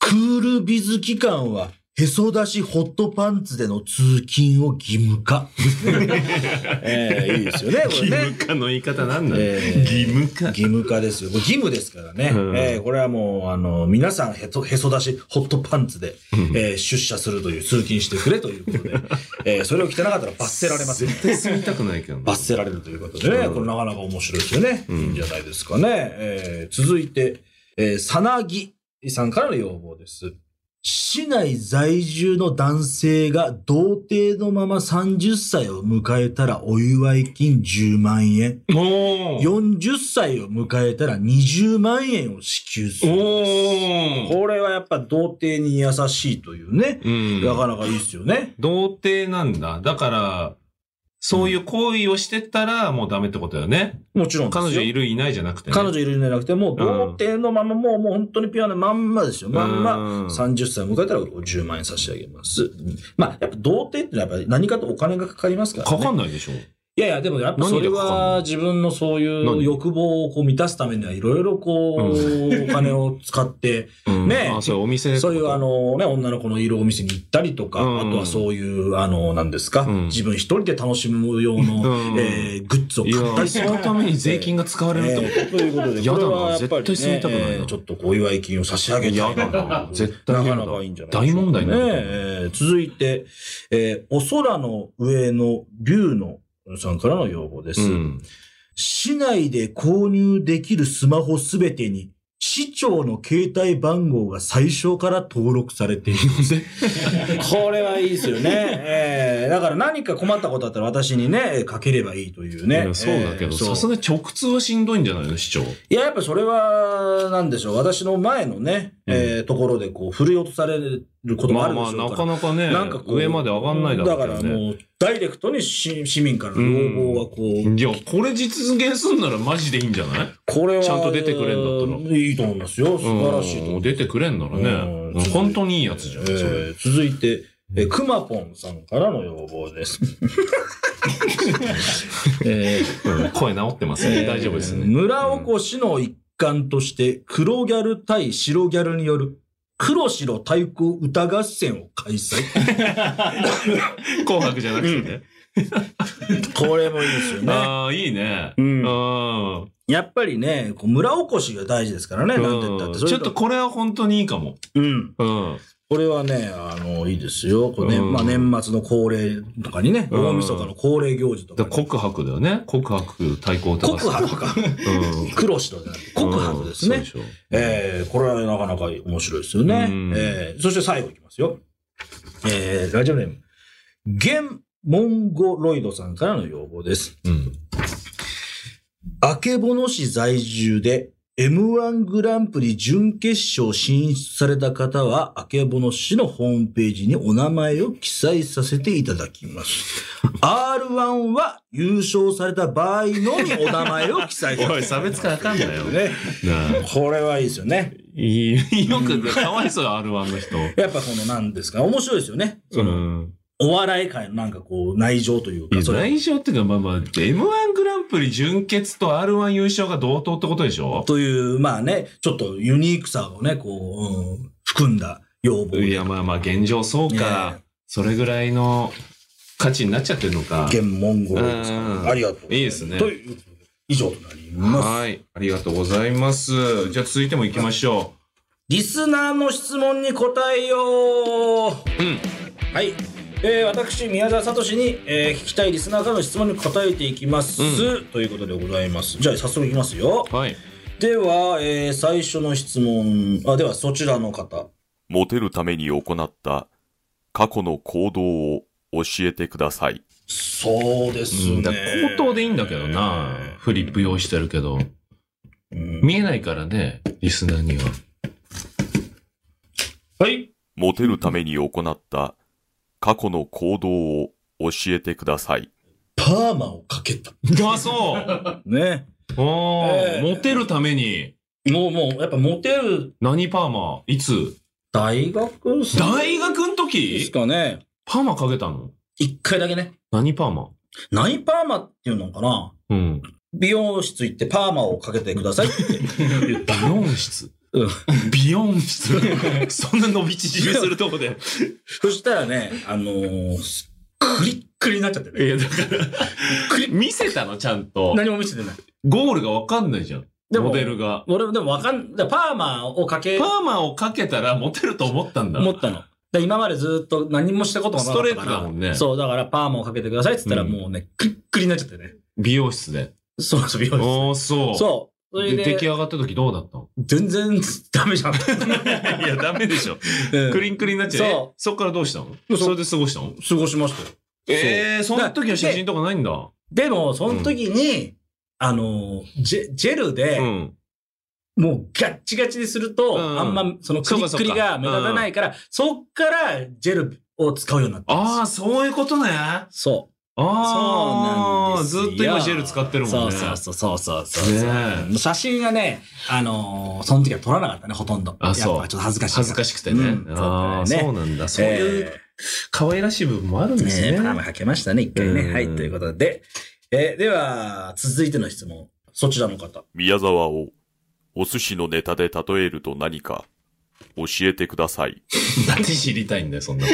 Speaker 3: クールビズ期間はへそ出しホットパンツでの通勤を義務化。 ええいいですよね、 これね。
Speaker 4: 他の言い方なんなの
Speaker 3: えー
Speaker 4: 義務化。
Speaker 3: 義務化ですよ。これ義務ですからね。
Speaker 4: うん
Speaker 3: えーこれはもう、あの、皆さんへそ、へそ出し、ホットパンツで、えー出社するという、通勤してくれということで、えーそれを着てなかったら罰せられますね。
Speaker 4: 絶対住みたくないけどな
Speaker 3: 罰せられるということでね、
Speaker 4: うん
Speaker 3: これなかなか面白いですよね。いいんじゃないですかね。えー続いて、えーさなぎさんからの要望です。市内在住の男性が童貞のまま30歳を迎えたらお祝い金10万円、
Speaker 4: おー
Speaker 3: 40歳を迎えたら20万円を支給す
Speaker 4: お
Speaker 3: るんです。
Speaker 4: ー
Speaker 3: これはやっぱ童貞に優しいというね、
Speaker 4: うん
Speaker 3: なかなかいいですよね。
Speaker 4: 童貞なんだ。だから、そういう行為をしてたらもうダメってことだよね。
Speaker 3: もちろんですよ
Speaker 4: 彼女いるいないじゃなくてね。
Speaker 3: 彼女いるんじゃなくて、もう童貞のまま、もう、もう本当にピュアなまんまですよ。まん
Speaker 4: うん
Speaker 3: ま、30歳を迎えたら10万円差し上げます。まあ、やっぱ童貞ってのはやっぱり何かとお金がかかりますから
Speaker 4: か
Speaker 3: ね。
Speaker 4: かんないでしょ。
Speaker 3: いやいや、でもやっぱそれ
Speaker 4: 何でかかんの
Speaker 3: は自分のそういう
Speaker 4: 何
Speaker 3: 欲望をこう満たすためにはいろいろこう、お金を使って、
Speaker 4: うん
Speaker 3: ねえ
Speaker 4: あ、それお店
Speaker 3: そういうあ、のね、女の子のいるお店に行ったりとか、
Speaker 4: うん
Speaker 3: あとはそういう、あの、なんですか、
Speaker 4: うん
Speaker 3: 自分一人で楽しむ用の、
Speaker 4: うん
Speaker 3: えーグッズを
Speaker 4: い
Speaker 3: 買った
Speaker 4: や、
Speaker 3: りと
Speaker 4: そ
Speaker 3: か。
Speaker 4: のために税金が使われるってこと。
Speaker 3: えーということで、
Speaker 4: やだな
Speaker 3: これはやっぱりね
Speaker 4: 絶対住みたくないな
Speaker 3: えーちょっとこうお祝い金を差し上げたい
Speaker 4: やだな絶対嫌だ
Speaker 3: なかなかいいんじゃないでしょう
Speaker 4: 大問題に
Speaker 3: ね
Speaker 4: なる
Speaker 3: えー続いて、えーお空の上の竜のさんからの要望です。
Speaker 4: うん。
Speaker 3: 市内で購入できるスマホすべてに、市長の携帯番号が最初から登録されている。 これはいいですよね。えーだから何か困ったことあったら私にね、かければいいという
Speaker 4: い
Speaker 3: ね。
Speaker 4: やそうだけ
Speaker 3: えー
Speaker 4: ど、
Speaker 3: そう
Speaker 4: さすがに直通はしんどいんじゃないの、市長。
Speaker 3: いや、やっぱそれは、なんでしょう。私の前のね、
Speaker 4: うん
Speaker 3: えーところで、こう、振り落とされること
Speaker 4: ま
Speaker 3: もあ
Speaker 4: あ
Speaker 3: るで
Speaker 4: ま
Speaker 3: し
Speaker 4: あ、
Speaker 3: ょ
Speaker 4: な
Speaker 3: うか。
Speaker 4: からなかね
Speaker 3: なんか、こう
Speaker 4: 上まで上がんないだろうけど
Speaker 3: だから
Speaker 4: ね。
Speaker 3: もう、ダイレクトに市市民からの要望はこう、
Speaker 4: いや、これ実現すんならマジでいいんじゃない
Speaker 3: これは。
Speaker 4: ちゃんと出てくれんだったら
Speaker 3: いいと思いますよ。素晴らしいと思い
Speaker 4: うん
Speaker 3: ます
Speaker 4: 出てくれんならね
Speaker 3: うん。
Speaker 4: 本当にいいやつじゃん、それ。
Speaker 3: えー続いて、えー、くまぽんさんからの要 望です。え
Speaker 4: う
Speaker 3: ー
Speaker 4: ん声治ってますね。大丈夫ですね。
Speaker 3: 村おこしの一環として、黒ギャル対白ギャルによる、黒白対抗歌合戦を開 催。
Speaker 4: 紅白じゃなくてね。
Speaker 3: これもいいですよね。
Speaker 4: ああ、いいね。
Speaker 3: う
Speaker 4: うん
Speaker 3: ん。
Speaker 4: うん
Speaker 3: やっぱりね、こう村おこしが大事ですからね、なんて言ったって。それ
Speaker 4: ちょっと、これは本当にいいかも。
Speaker 3: うん。
Speaker 4: うん。
Speaker 3: これはね、あの、いいですよ。これね、
Speaker 4: うん
Speaker 3: まあ年末の恒例とかにね、
Speaker 4: うん
Speaker 3: 大晦日の恒例行事とか
Speaker 4: だ
Speaker 3: に。
Speaker 4: 告白だよね。告白対抗とか。
Speaker 3: 告白か。
Speaker 4: うん。
Speaker 3: 黒白じゃなくて、告白です
Speaker 4: うん
Speaker 3: ね。
Speaker 4: そうでし
Speaker 3: えー、これはなかなか面白いですよね。
Speaker 4: うん
Speaker 3: えー、そして最後いきますよ。えー、ラジオネーム。ゲン・モンゴロイドさんからの要望です。
Speaker 4: ょうん。
Speaker 3: あけぼの市在住で、 M1 グランプリ準決勝進出された方は、あけぼの市のホームページにお名前を記載させていただきます。R1 は優勝された場合のみお名前を記載させていただきま す。
Speaker 4: おい、差別化あかんだよ。
Speaker 3: ね。
Speaker 4: なあ
Speaker 3: これはいいですよね。
Speaker 4: いいよく、かわいそうよ、R1 の人。
Speaker 3: やっぱその何ですか、面白いですよね。
Speaker 4: う
Speaker 3: その、
Speaker 4: ん。
Speaker 3: お笑い界のなんかこう、内情という
Speaker 4: い
Speaker 3: か、
Speaker 4: や
Speaker 3: それ
Speaker 4: 内情っていうか、まあまあ、M1 グランプリ準決と R1 優勝が同等ってことでしょ
Speaker 3: という、まあね、ちょっとユニークさをね、こう、うん含んだ要望。
Speaker 4: いや、まあまあ、現状そうか。
Speaker 3: ね
Speaker 4: それぐらいの価値になっちゃってるのか。
Speaker 3: 現モンゴルです
Speaker 4: う
Speaker 3: か
Speaker 4: ん
Speaker 3: ありがとう。
Speaker 4: いいですね
Speaker 3: ということで以上となります。
Speaker 4: はい。ありがとうございます。じゃあ続いても行きましょ
Speaker 3: リスナーの質問に答えよ
Speaker 4: う。
Speaker 3: う。
Speaker 4: うん。
Speaker 3: はい。えー私、宮沢聡に、えー聞きたいリスナーからの質問に答えていきます。ということでございます。じゃあ、早速いきますよ。
Speaker 4: はい。
Speaker 3: では、えー最初の質問。あ、では、そちらの方。
Speaker 8: モテるために行った過去の行動を教えてください。
Speaker 3: そうです
Speaker 4: うん、
Speaker 3: ね。
Speaker 4: だから口頭でいいんだけどな。フリップ用意してるけど。
Speaker 3: うん
Speaker 4: 見えないからね、リスナーには。
Speaker 3: はい。
Speaker 8: モテるために行った過去の行動を教えてください。
Speaker 3: パーマをかけた。
Speaker 4: あ、 そう。
Speaker 3: ね。
Speaker 4: おー、
Speaker 3: ええ
Speaker 4: モテるために。
Speaker 3: もう、もう、やっぱモテる
Speaker 4: 何パーマいつ
Speaker 3: 大学生
Speaker 4: 大学の
Speaker 3: です
Speaker 4: 時
Speaker 3: かね。
Speaker 4: パーマかけたの
Speaker 3: 一回だけね。
Speaker 4: 何パーマ
Speaker 3: 何パーマっていうのかな
Speaker 4: うん。
Speaker 3: 美容室行ってパーマをかけてくだ さいって言った。
Speaker 4: 美容室
Speaker 3: うん。
Speaker 4: 美容室 そんな伸び縮みすると こで。
Speaker 3: そしたらね、あのー、クリックリになっちゃって
Speaker 4: い
Speaker 3: ね。
Speaker 4: や、だから、見せたのちゃんと。
Speaker 3: 何も見せてない。
Speaker 4: ゴールがわかんないじゃん。
Speaker 3: でも
Speaker 4: モデルが。
Speaker 3: 俺もでもわかん、だからパーマをかけ
Speaker 4: パ、ーマをかけたらモテると思ったんだ。
Speaker 3: 思ったの。で今までずっと何もしたことがなかったか
Speaker 4: ス
Speaker 3: ら。
Speaker 4: トレートだもんね
Speaker 3: そう、だからパーマをかけてくださいって言った
Speaker 4: う
Speaker 3: ら
Speaker 4: ん
Speaker 3: もうね、クリックリになっちゃってね。
Speaker 4: 美容室で。
Speaker 3: そうそう、美容室。
Speaker 4: おー、そう。
Speaker 3: そう。それ
Speaker 4: で出来
Speaker 3: で、
Speaker 4: 上がった時どうだったの
Speaker 3: 全然ダメ じゃん。
Speaker 4: いや、ダメでしょ。
Speaker 3: うん
Speaker 4: クリンクリンになっちゃう。
Speaker 3: そう
Speaker 4: えそっからどうしたの
Speaker 3: そう
Speaker 4: それで過ごしたの
Speaker 3: 過ごしましたよ。
Speaker 4: えー、その時は写真とかないんだ。
Speaker 3: でも、その時に、あの、ジェジェル
Speaker 4: う
Speaker 3: で、
Speaker 4: ん。
Speaker 3: もうガッチガチにすると、
Speaker 4: うん
Speaker 3: あんま、そのク
Speaker 4: そうか
Speaker 3: リッ
Speaker 4: そう
Speaker 3: ク
Speaker 4: か
Speaker 3: リが目立たないから、そっからジェルを使うようになったんです。
Speaker 4: ああ、そういうことね。あ
Speaker 3: そ
Speaker 4: あ
Speaker 3: うなんですよ
Speaker 4: ずっと今ジェル使って
Speaker 3: う。
Speaker 4: るもん
Speaker 3: そう
Speaker 4: ね。
Speaker 3: そうそうそうそうそう
Speaker 4: ねえ
Speaker 3: 写真がね、あのーその時は撮らなかったね、ほとんど。
Speaker 4: あそう
Speaker 3: やっぱちょっと恥ずかしいら。
Speaker 4: 恥ずかしくてね。
Speaker 3: うん
Speaker 4: ああ、
Speaker 3: そうだ
Speaker 4: そ
Speaker 3: よ
Speaker 4: う
Speaker 3: ね
Speaker 4: なんだ。そういう
Speaker 3: え
Speaker 4: 可愛らしい部分もあるん
Speaker 3: ー
Speaker 4: ですね。
Speaker 3: ねパーマかけましたね、一回
Speaker 4: うん
Speaker 3: ね。はい、ということで。えーでは、続いての質問。そちらの方。
Speaker 8: 宮沢をお寿司のネタで例えると何か教えてください。
Speaker 4: なんで知りたいんだよ、そんなこ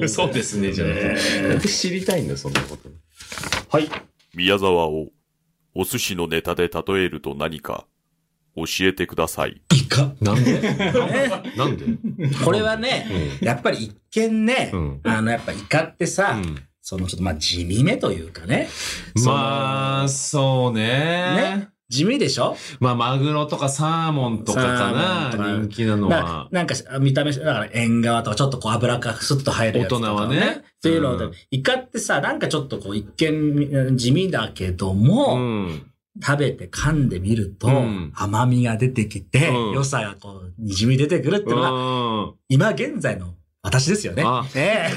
Speaker 4: と。そうですね、じゃなくて。なんで知りたいんだよ、そんなこと。
Speaker 8: 宮沢をお寿司のネタで例えると何か教えてください。
Speaker 3: イカ。
Speaker 4: なん でなんで
Speaker 3: これはね、やっぱり一見ね、
Speaker 4: うん
Speaker 3: あの、やっぱイカってさ、
Speaker 4: うん
Speaker 3: そのちょっとまあ地味めというかね。
Speaker 4: まあ、そうね
Speaker 3: ね。地味でしょ
Speaker 4: まあ、マグロとかサーモンとかか
Speaker 3: サー
Speaker 4: な、
Speaker 3: モンとか
Speaker 4: 人気なの
Speaker 3: な
Speaker 4: は。
Speaker 3: なんか見た目、だから縁側とかちょっとこう油がスッと入るやつとか、
Speaker 4: 大人はね
Speaker 3: っていうの
Speaker 4: うん
Speaker 3: で、イカってさ、なんかちょっとこう一見地味だけども、
Speaker 4: うん。
Speaker 3: 食べて噛んでみると、
Speaker 4: うん
Speaker 3: 甘みが出てきて、
Speaker 4: うん
Speaker 3: 良さがこう、にじみ出てくるっていうのが、
Speaker 4: う
Speaker 3: 今現在の私ですよね
Speaker 4: あ。
Speaker 3: え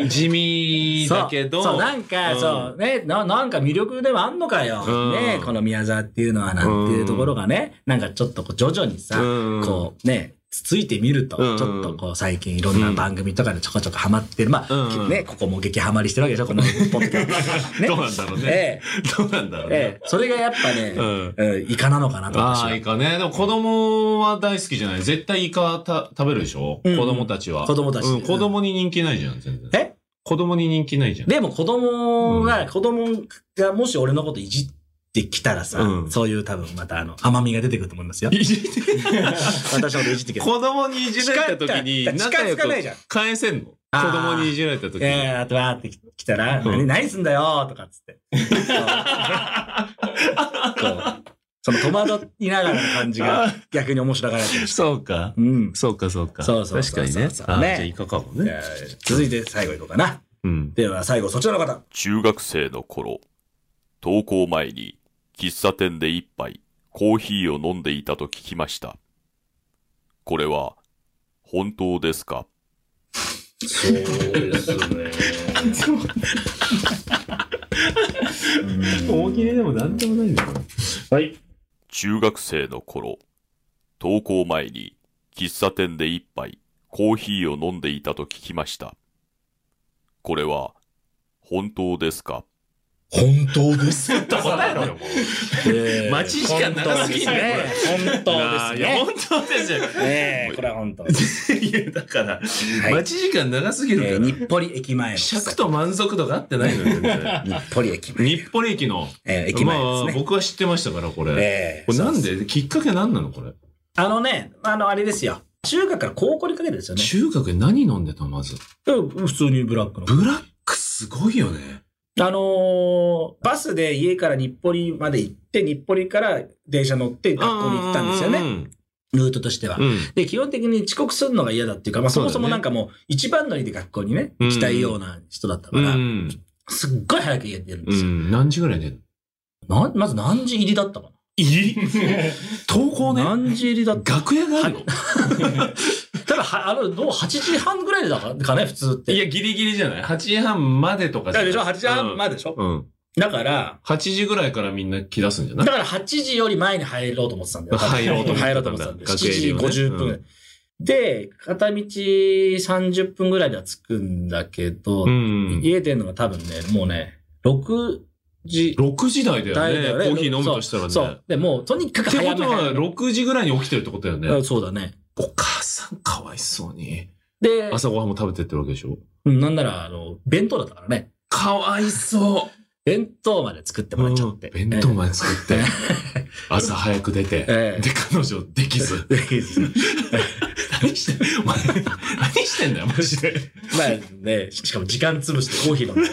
Speaker 3: え
Speaker 4: ん地味だけど、
Speaker 3: そうそう、なんか、
Speaker 4: うん
Speaker 3: そう、ねな、なんか魅力でもあんのかよ。
Speaker 4: うん
Speaker 3: ねこの宮沢っていうのはなんていうところがね、なんかちょっとこう徐々にさ、
Speaker 4: うん
Speaker 3: こうね、つついてみると、
Speaker 4: うん
Speaker 3: ちょっとこう最近いろんな番組とかでちょこちょこハマってる。まあ、
Speaker 4: うん
Speaker 3: ね、ここも激ハマりしてるわけでしょ、このポッドキャス ト ね
Speaker 4: どうなんだろうね。
Speaker 3: ええ、
Speaker 4: どうなんだろうね
Speaker 3: ええ。、それがやっぱね、
Speaker 4: うん
Speaker 3: ええイカなのかなと私
Speaker 4: ああ、
Speaker 3: は
Speaker 4: イ。カね。でも子供は大好きじゃない。絶対イカた食べるでしょ、
Speaker 3: うん
Speaker 4: 子供たちは。
Speaker 3: 子供たち
Speaker 4: うん。子供に人気ないじゃん、全然。
Speaker 3: え
Speaker 4: 子供に人気ないじゃん。
Speaker 3: でも子供が、子供がもし俺のこといじってきたらさ、
Speaker 4: うん
Speaker 3: そういう多分またあの甘みが出てくると思いますよ。
Speaker 4: いじって
Speaker 3: 私のこといじってきたら。
Speaker 4: 子供にいじられた時に
Speaker 3: 近づか
Speaker 4: 仲良く
Speaker 3: 近づかないじゃん
Speaker 4: 返せんの子
Speaker 3: あー
Speaker 4: 供にいじられた時
Speaker 3: え
Speaker 4: に。
Speaker 3: ー、あとわーって来たら、
Speaker 4: うん
Speaker 3: 何何すんだよーとかっつって。こうこうその戸惑いながらの感じが逆に面白がられてるし。
Speaker 4: そうか。
Speaker 3: うん。
Speaker 4: そうか、そうか。
Speaker 3: そうそう
Speaker 4: 確
Speaker 3: そ
Speaker 4: か
Speaker 3: う
Speaker 4: に
Speaker 3: そう
Speaker 4: ね。
Speaker 3: そう
Speaker 4: あーじ
Speaker 3: ね
Speaker 4: ゃあイカかも
Speaker 3: え
Speaker 4: ね。
Speaker 3: ー続いて最後いこうかな。
Speaker 4: うん。
Speaker 3: では最後そちらの方。
Speaker 8: 中学生の頃、登校前に喫茶店で一杯コーヒーを飲んでいたと聞きました。これは、本当ですか
Speaker 3: そうですね。
Speaker 9: 大喜利でもなんでもないんだよ。
Speaker 3: はい。
Speaker 8: 中学生の頃、登校前に喫茶店で一杯コーヒーを飲んでいたと聞きました。これは、本当ですか
Speaker 3: 本当です。
Speaker 4: 答えろよ、も待ち時間長すぎんね
Speaker 3: 本
Speaker 4: う。
Speaker 3: 当で
Speaker 4: い
Speaker 3: す
Speaker 4: や
Speaker 3: ね。
Speaker 4: 本当ですよ。
Speaker 3: ええ、これは本当です。
Speaker 4: いや、だから、
Speaker 3: い
Speaker 4: 待ち時間長すぎるか
Speaker 3: え
Speaker 4: ら、
Speaker 3: ー日暮里駅前の。。
Speaker 4: 尺と満足度が合ってないのよ、ね
Speaker 3: 日暮里駅前。
Speaker 4: 日暮里駅の。
Speaker 3: えー駅前です
Speaker 4: まあ、
Speaker 3: ね。
Speaker 4: 僕は知ってましたから、これ。
Speaker 3: ええ
Speaker 4: これなんできっかけなんなのこれ。
Speaker 3: あのね、あの、あれですよ。中学から高校にかけてですよね。
Speaker 4: 中学で何飲んでたのまず。
Speaker 3: 普通にブラックの。
Speaker 4: ブラックすごいよね。
Speaker 3: あのーバスで家から日暮里まで行って、日暮里から電車乗って学校に行ったんですよ
Speaker 4: う
Speaker 3: ね。
Speaker 4: ん
Speaker 3: ルートとしては
Speaker 4: う。ん。
Speaker 3: で、基本的に遅刻するのが嫌だっていうか、まあ
Speaker 4: そ
Speaker 3: そう
Speaker 4: だ
Speaker 3: も
Speaker 4: ね
Speaker 3: そもなんかもう一番乗りで学校にね、
Speaker 4: うん
Speaker 3: 来たいような人だったか
Speaker 4: うん。う
Speaker 3: ら、
Speaker 4: ん。
Speaker 3: すっごい早く家出るんで
Speaker 4: う
Speaker 3: すよ。
Speaker 4: ん何時ぐらいで
Speaker 3: なまず何時入りだったかな
Speaker 4: 入り登校ね。
Speaker 3: 何時入りだった
Speaker 4: 楽屋があるの
Speaker 3: ただは、あの、どう8時半ぐらいだかね、普通って。
Speaker 4: いや、ギリギリじゃない ?8 時半までとかじゃない
Speaker 3: でしょ ?8 時半まででしょ、
Speaker 4: うん。うん
Speaker 3: だから、
Speaker 4: 8時ぐらいからみんな来だすんじゃな
Speaker 3: だ
Speaker 4: い
Speaker 3: から8時より前に入ろうと思ってたんだよ。
Speaker 4: 入ろうと思ってたんだ
Speaker 3: 入ろうと思ってたんだよ。7
Speaker 4: 学園に
Speaker 3: 時
Speaker 4: はね
Speaker 3: 50分。
Speaker 4: う
Speaker 3: で、片道30分ぐらいでは着くんだけど、
Speaker 4: うん。
Speaker 3: 家出るのが多分ね、もうね、6時
Speaker 4: 6時台だ
Speaker 3: 台だ
Speaker 4: よ
Speaker 3: よ
Speaker 4: ね。
Speaker 3: ね。
Speaker 4: コーヒー飲むとしたらね。
Speaker 3: そうそう。で、もうとにかく
Speaker 4: って
Speaker 3: 早
Speaker 4: こ
Speaker 3: め
Speaker 4: とは、
Speaker 3: 早め
Speaker 4: 6時ぐらいに起きてるってことだよ
Speaker 3: う
Speaker 4: ね
Speaker 3: ん。そうだね。
Speaker 4: お母さんかわいそうに。
Speaker 3: で、
Speaker 4: 朝ごはんも食べてってるわけでしょ。
Speaker 3: うんなんなら、あの、弁当だったからね。
Speaker 4: かわいそう。
Speaker 3: 弁当まで作ってもらっちゃって。
Speaker 4: 弁当まで作って、朝早く出て、
Speaker 3: え え
Speaker 4: で、彼女できず。
Speaker 3: で。ええ
Speaker 4: 何して、お前、何してんだよ、マジで。
Speaker 3: まあね、しかも時間潰してコーヒー飲 んで。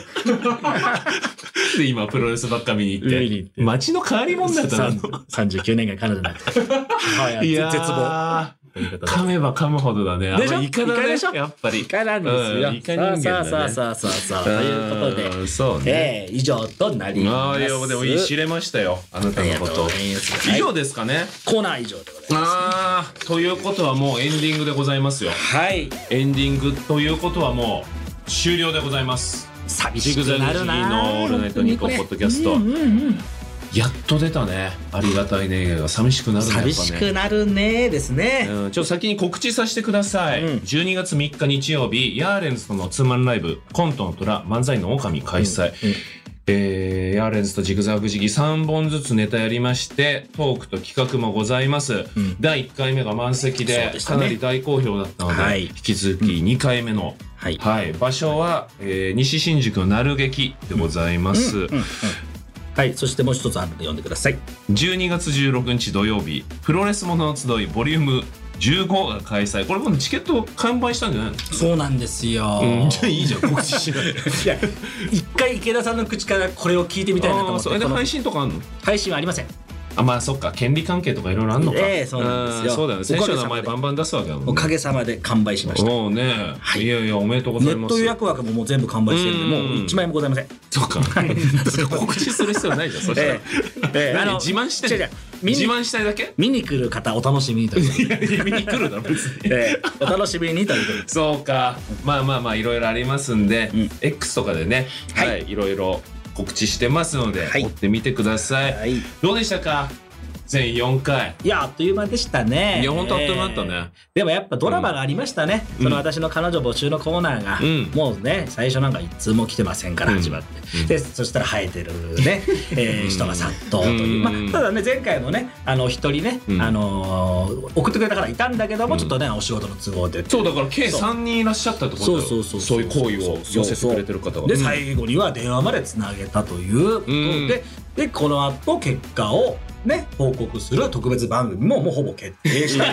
Speaker 4: で、今、プロレスばっか見に行って。
Speaker 3: 見に行って
Speaker 4: 街の変わり者だったな。
Speaker 3: 39年間彼女になって。はい
Speaker 4: い
Speaker 3: 絶
Speaker 4: やー
Speaker 3: 望。ということで
Speaker 4: 噛めば噛むほどだね。あ
Speaker 3: でしょ
Speaker 4: のイカだ
Speaker 3: イカ
Speaker 4: ね
Speaker 3: でしょ。
Speaker 4: やっぱり。
Speaker 3: イカなんですよ。
Speaker 4: うんイカ人間だね
Speaker 3: さあさあさあさあさあ、ということで、
Speaker 4: うんそうね。
Speaker 3: ええ以上となり
Speaker 4: あ
Speaker 3: ま
Speaker 4: あ、
Speaker 3: す。
Speaker 4: いや、でもいい、知れましたよ。あな
Speaker 3: あ
Speaker 4: た
Speaker 3: り
Speaker 4: の
Speaker 3: がと
Speaker 4: こ
Speaker 3: う
Speaker 4: と
Speaker 3: ござ。います。
Speaker 4: 以
Speaker 3: 以
Speaker 4: 上
Speaker 3: 上、
Speaker 4: ですかね。
Speaker 3: コーナー以上でございます。
Speaker 4: ああ、ということはもうエンディングでございますよ。
Speaker 3: はい。
Speaker 4: エンディングということはもう終了でございます。
Speaker 3: 寂
Speaker 4: ジ
Speaker 3: し
Speaker 4: グザ
Speaker 3: く
Speaker 4: グジ
Speaker 3: な
Speaker 4: ギ
Speaker 3: る
Speaker 4: ー
Speaker 3: な
Speaker 4: のオールナイトニッポンポッドキャスト。やっと出たね。ありがたいね。が寂しくなるね。やっぱね
Speaker 3: 寂しくなるねですね。
Speaker 4: うんちょっと先に告知させてください、
Speaker 3: うん
Speaker 4: 12月3日日曜日ヤーレンズとのツーマンライブ「コントの虎漫才の狼」開催、えーヤーレンズとジグザグジギ3本ずつネタやりましてトークと企画もございます、
Speaker 3: ん
Speaker 4: 第1回目が満席
Speaker 3: そう
Speaker 4: で
Speaker 3: でした
Speaker 4: か
Speaker 3: ね
Speaker 4: なり大好評だったので、
Speaker 3: はい
Speaker 4: 引き続き2回目の、
Speaker 3: はい。
Speaker 4: はい、場所は、えー西新宿のなる劇でございます、
Speaker 3: はい。そしてもう一つあるので読んでください。
Speaker 4: 12月16日土曜日プロレスものの集いボリューム15が開催これ今度チケット完売したんじゃないの
Speaker 3: そうなんですよ。
Speaker 4: うん、じゃあいいじゃん告知しない
Speaker 3: いや一回池田さんの口からこれを聞いてみたいなと
Speaker 4: あ
Speaker 3: 思
Speaker 4: ー
Speaker 3: って
Speaker 4: それで
Speaker 3: この
Speaker 4: 配信とかあんの
Speaker 3: 配信はありません
Speaker 4: あまあそっか権利関係とかいろいろあんのか、
Speaker 3: ええそうなんですよ
Speaker 4: あーそうだよね選手の名
Speaker 3: おかげさま
Speaker 4: 前
Speaker 3: で
Speaker 4: バンバン出すわけだもんね
Speaker 3: おかげさまで完売しました
Speaker 4: おうね、い、やいやおめでとうござ
Speaker 3: ネ
Speaker 4: い
Speaker 3: ッ
Speaker 4: ます
Speaker 3: ト予約枠ももう全部完売してるんで
Speaker 4: うん
Speaker 3: もう一枚もございません
Speaker 4: そっか告知する必要ないじゃんそしたら、
Speaker 3: ええええ
Speaker 4: 何
Speaker 3: あの
Speaker 4: 自慢してんの
Speaker 3: 違う違う見
Speaker 4: 自
Speaker 3: に
Speaker 4: 慢したいだけ
Speaker 3: 見に来る方お楽しみにということで
Speaker 4: 見に来るだろ別に
Speaker 3: ええお楽しみにということで
Speaker 4: そうかまあまあまあいろいろありますんで、
Speaker 3: うん
Speaker 4: X とかでねは、
Speaker 3: はいい
Speaker 4: いろいろ告知してますので、
Speaker 3: はい
Speaker 4: 追ってみてください、
Speaker 3: はい
Speaker 4: どうでしたか全4回
Speaker 3: いやあっという間でしたね
Speaker 4: いやほんとあっという間だったね、
Speaker 3: ええでもやっぱドラマがありましたね、
Speaker 4: ん
Speaker 3: その私の彼女募集のコーナーが、
Speaker 4: うん
Speaker 3: もうね最初なんか一通も来てませんから始まって、でそしたら生えてる ね、えー人が殺到という、
Speaker 4: うん
Speaker 3: まあ、ただね前回もねあの一人ね、
Speaker 4: うん
Speaker 3: あのー送ってくれた方いたんだけども、ちょっとねお仕事の都合で
Speaker 4: そうだから計
Speaker 3: そう
Speaker 4: 3人いらっしゃったってことだ
Speaker 3: そ
Speaker 4: よ
Speaker 3: うそうそ
Speaker 4: そ
Speaker 3: う
Speaker 4: ういう行為を寄せてくれてる方が
Speaker 3: で最後には電話までつなげたということで、
Speaker 4: うん
Speaker 3: でこの後結果をね報告する特別番組ももうほぼ決定した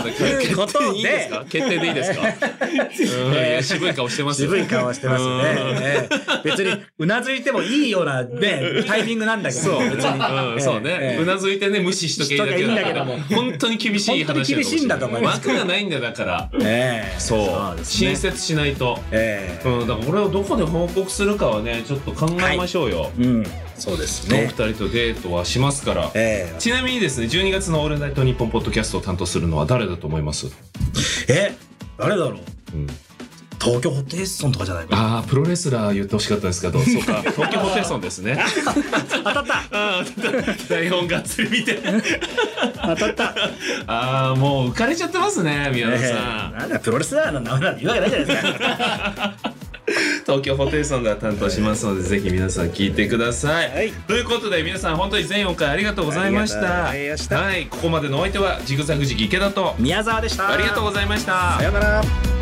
Speaker 3: という
Speaker 4: 決
Speaker 3: こ
Speaker 4: 定
Speaker 3: とで
Speaker 4: いいですか決定でいいです かうんいや渋い顔してますよ
Speaker 3: 渋い顔してますね。ええ別に、うなずいてもいいようなね、タイミングなんだけど。
Speaker 4: そう、
Speaker 3: 別に。
Speaker 4: うん、そう
Speaker 3: え
Speaker 4: ね
Speaker 3: え。
Speaker 4: うなずいてね、無視しとけいいだけだから
Speaker 3: しとけばいいんだ。けども
Speaker 4: 本当に厳しい話
Speaker 3: 本当に厳しいんだと思います
Speaker 4: 枠がないんだよだから。
Speaker 3: ええ
Speaker 4: そ
Speaker 3: で
Speaker 4: う。
Speaker 3: すね
Speaker 4: 新設しないと。
Speaker 3: え
Speaker 4: うん、だからこれをどこで報告するかはね、ちょっと考えましょうよ。
Speaker 3: えうん。そうです
Speaker 4: お二
Speaker 3: ね。
Speaker 4: 人とデートはしますから。
Speaker 3: え
Speaker 4: ちなみにですね、12月のオールナイトニッポンポッドキャストを担当するのは誰だと思います
Speaker 3: ええ、誰だろう
Speaker 4: うん
Speaker 3: 東京ホテイソンとかじゃ ないかな。
Speaker 4: ああ、プロレスラー言ってほしかったんですけど、そうか、東京ホテイソンですね。
Speaker 3: 当たった
Speaker 4: あー当たった台本がっつり見て。
Speaker 3: 当たった
Speaker 4: ああ、もう浮かれちゃってますね、宮野
Speaker 3: ええ
Speaker 4: さん。
Speaker 3: なんだ、プロレスラーの名前なんて言うわけないじゃないですか。
Speaker 4: 東京ホテイソンが担当しますので、ぜひ皆さん聞いてください。
Speaker 3: はい
Speaker 4: ということで、皆さん本当に全4回ありがとうございました。
Speaker 3: ありがとうございました
Speaker 4: はい、ここまでのお相手は、ジグザグジギ池田と、
Speaker 3: 宮沢でした。
Speaker 4: ありがとうございました。
Speaker 3: さようなら。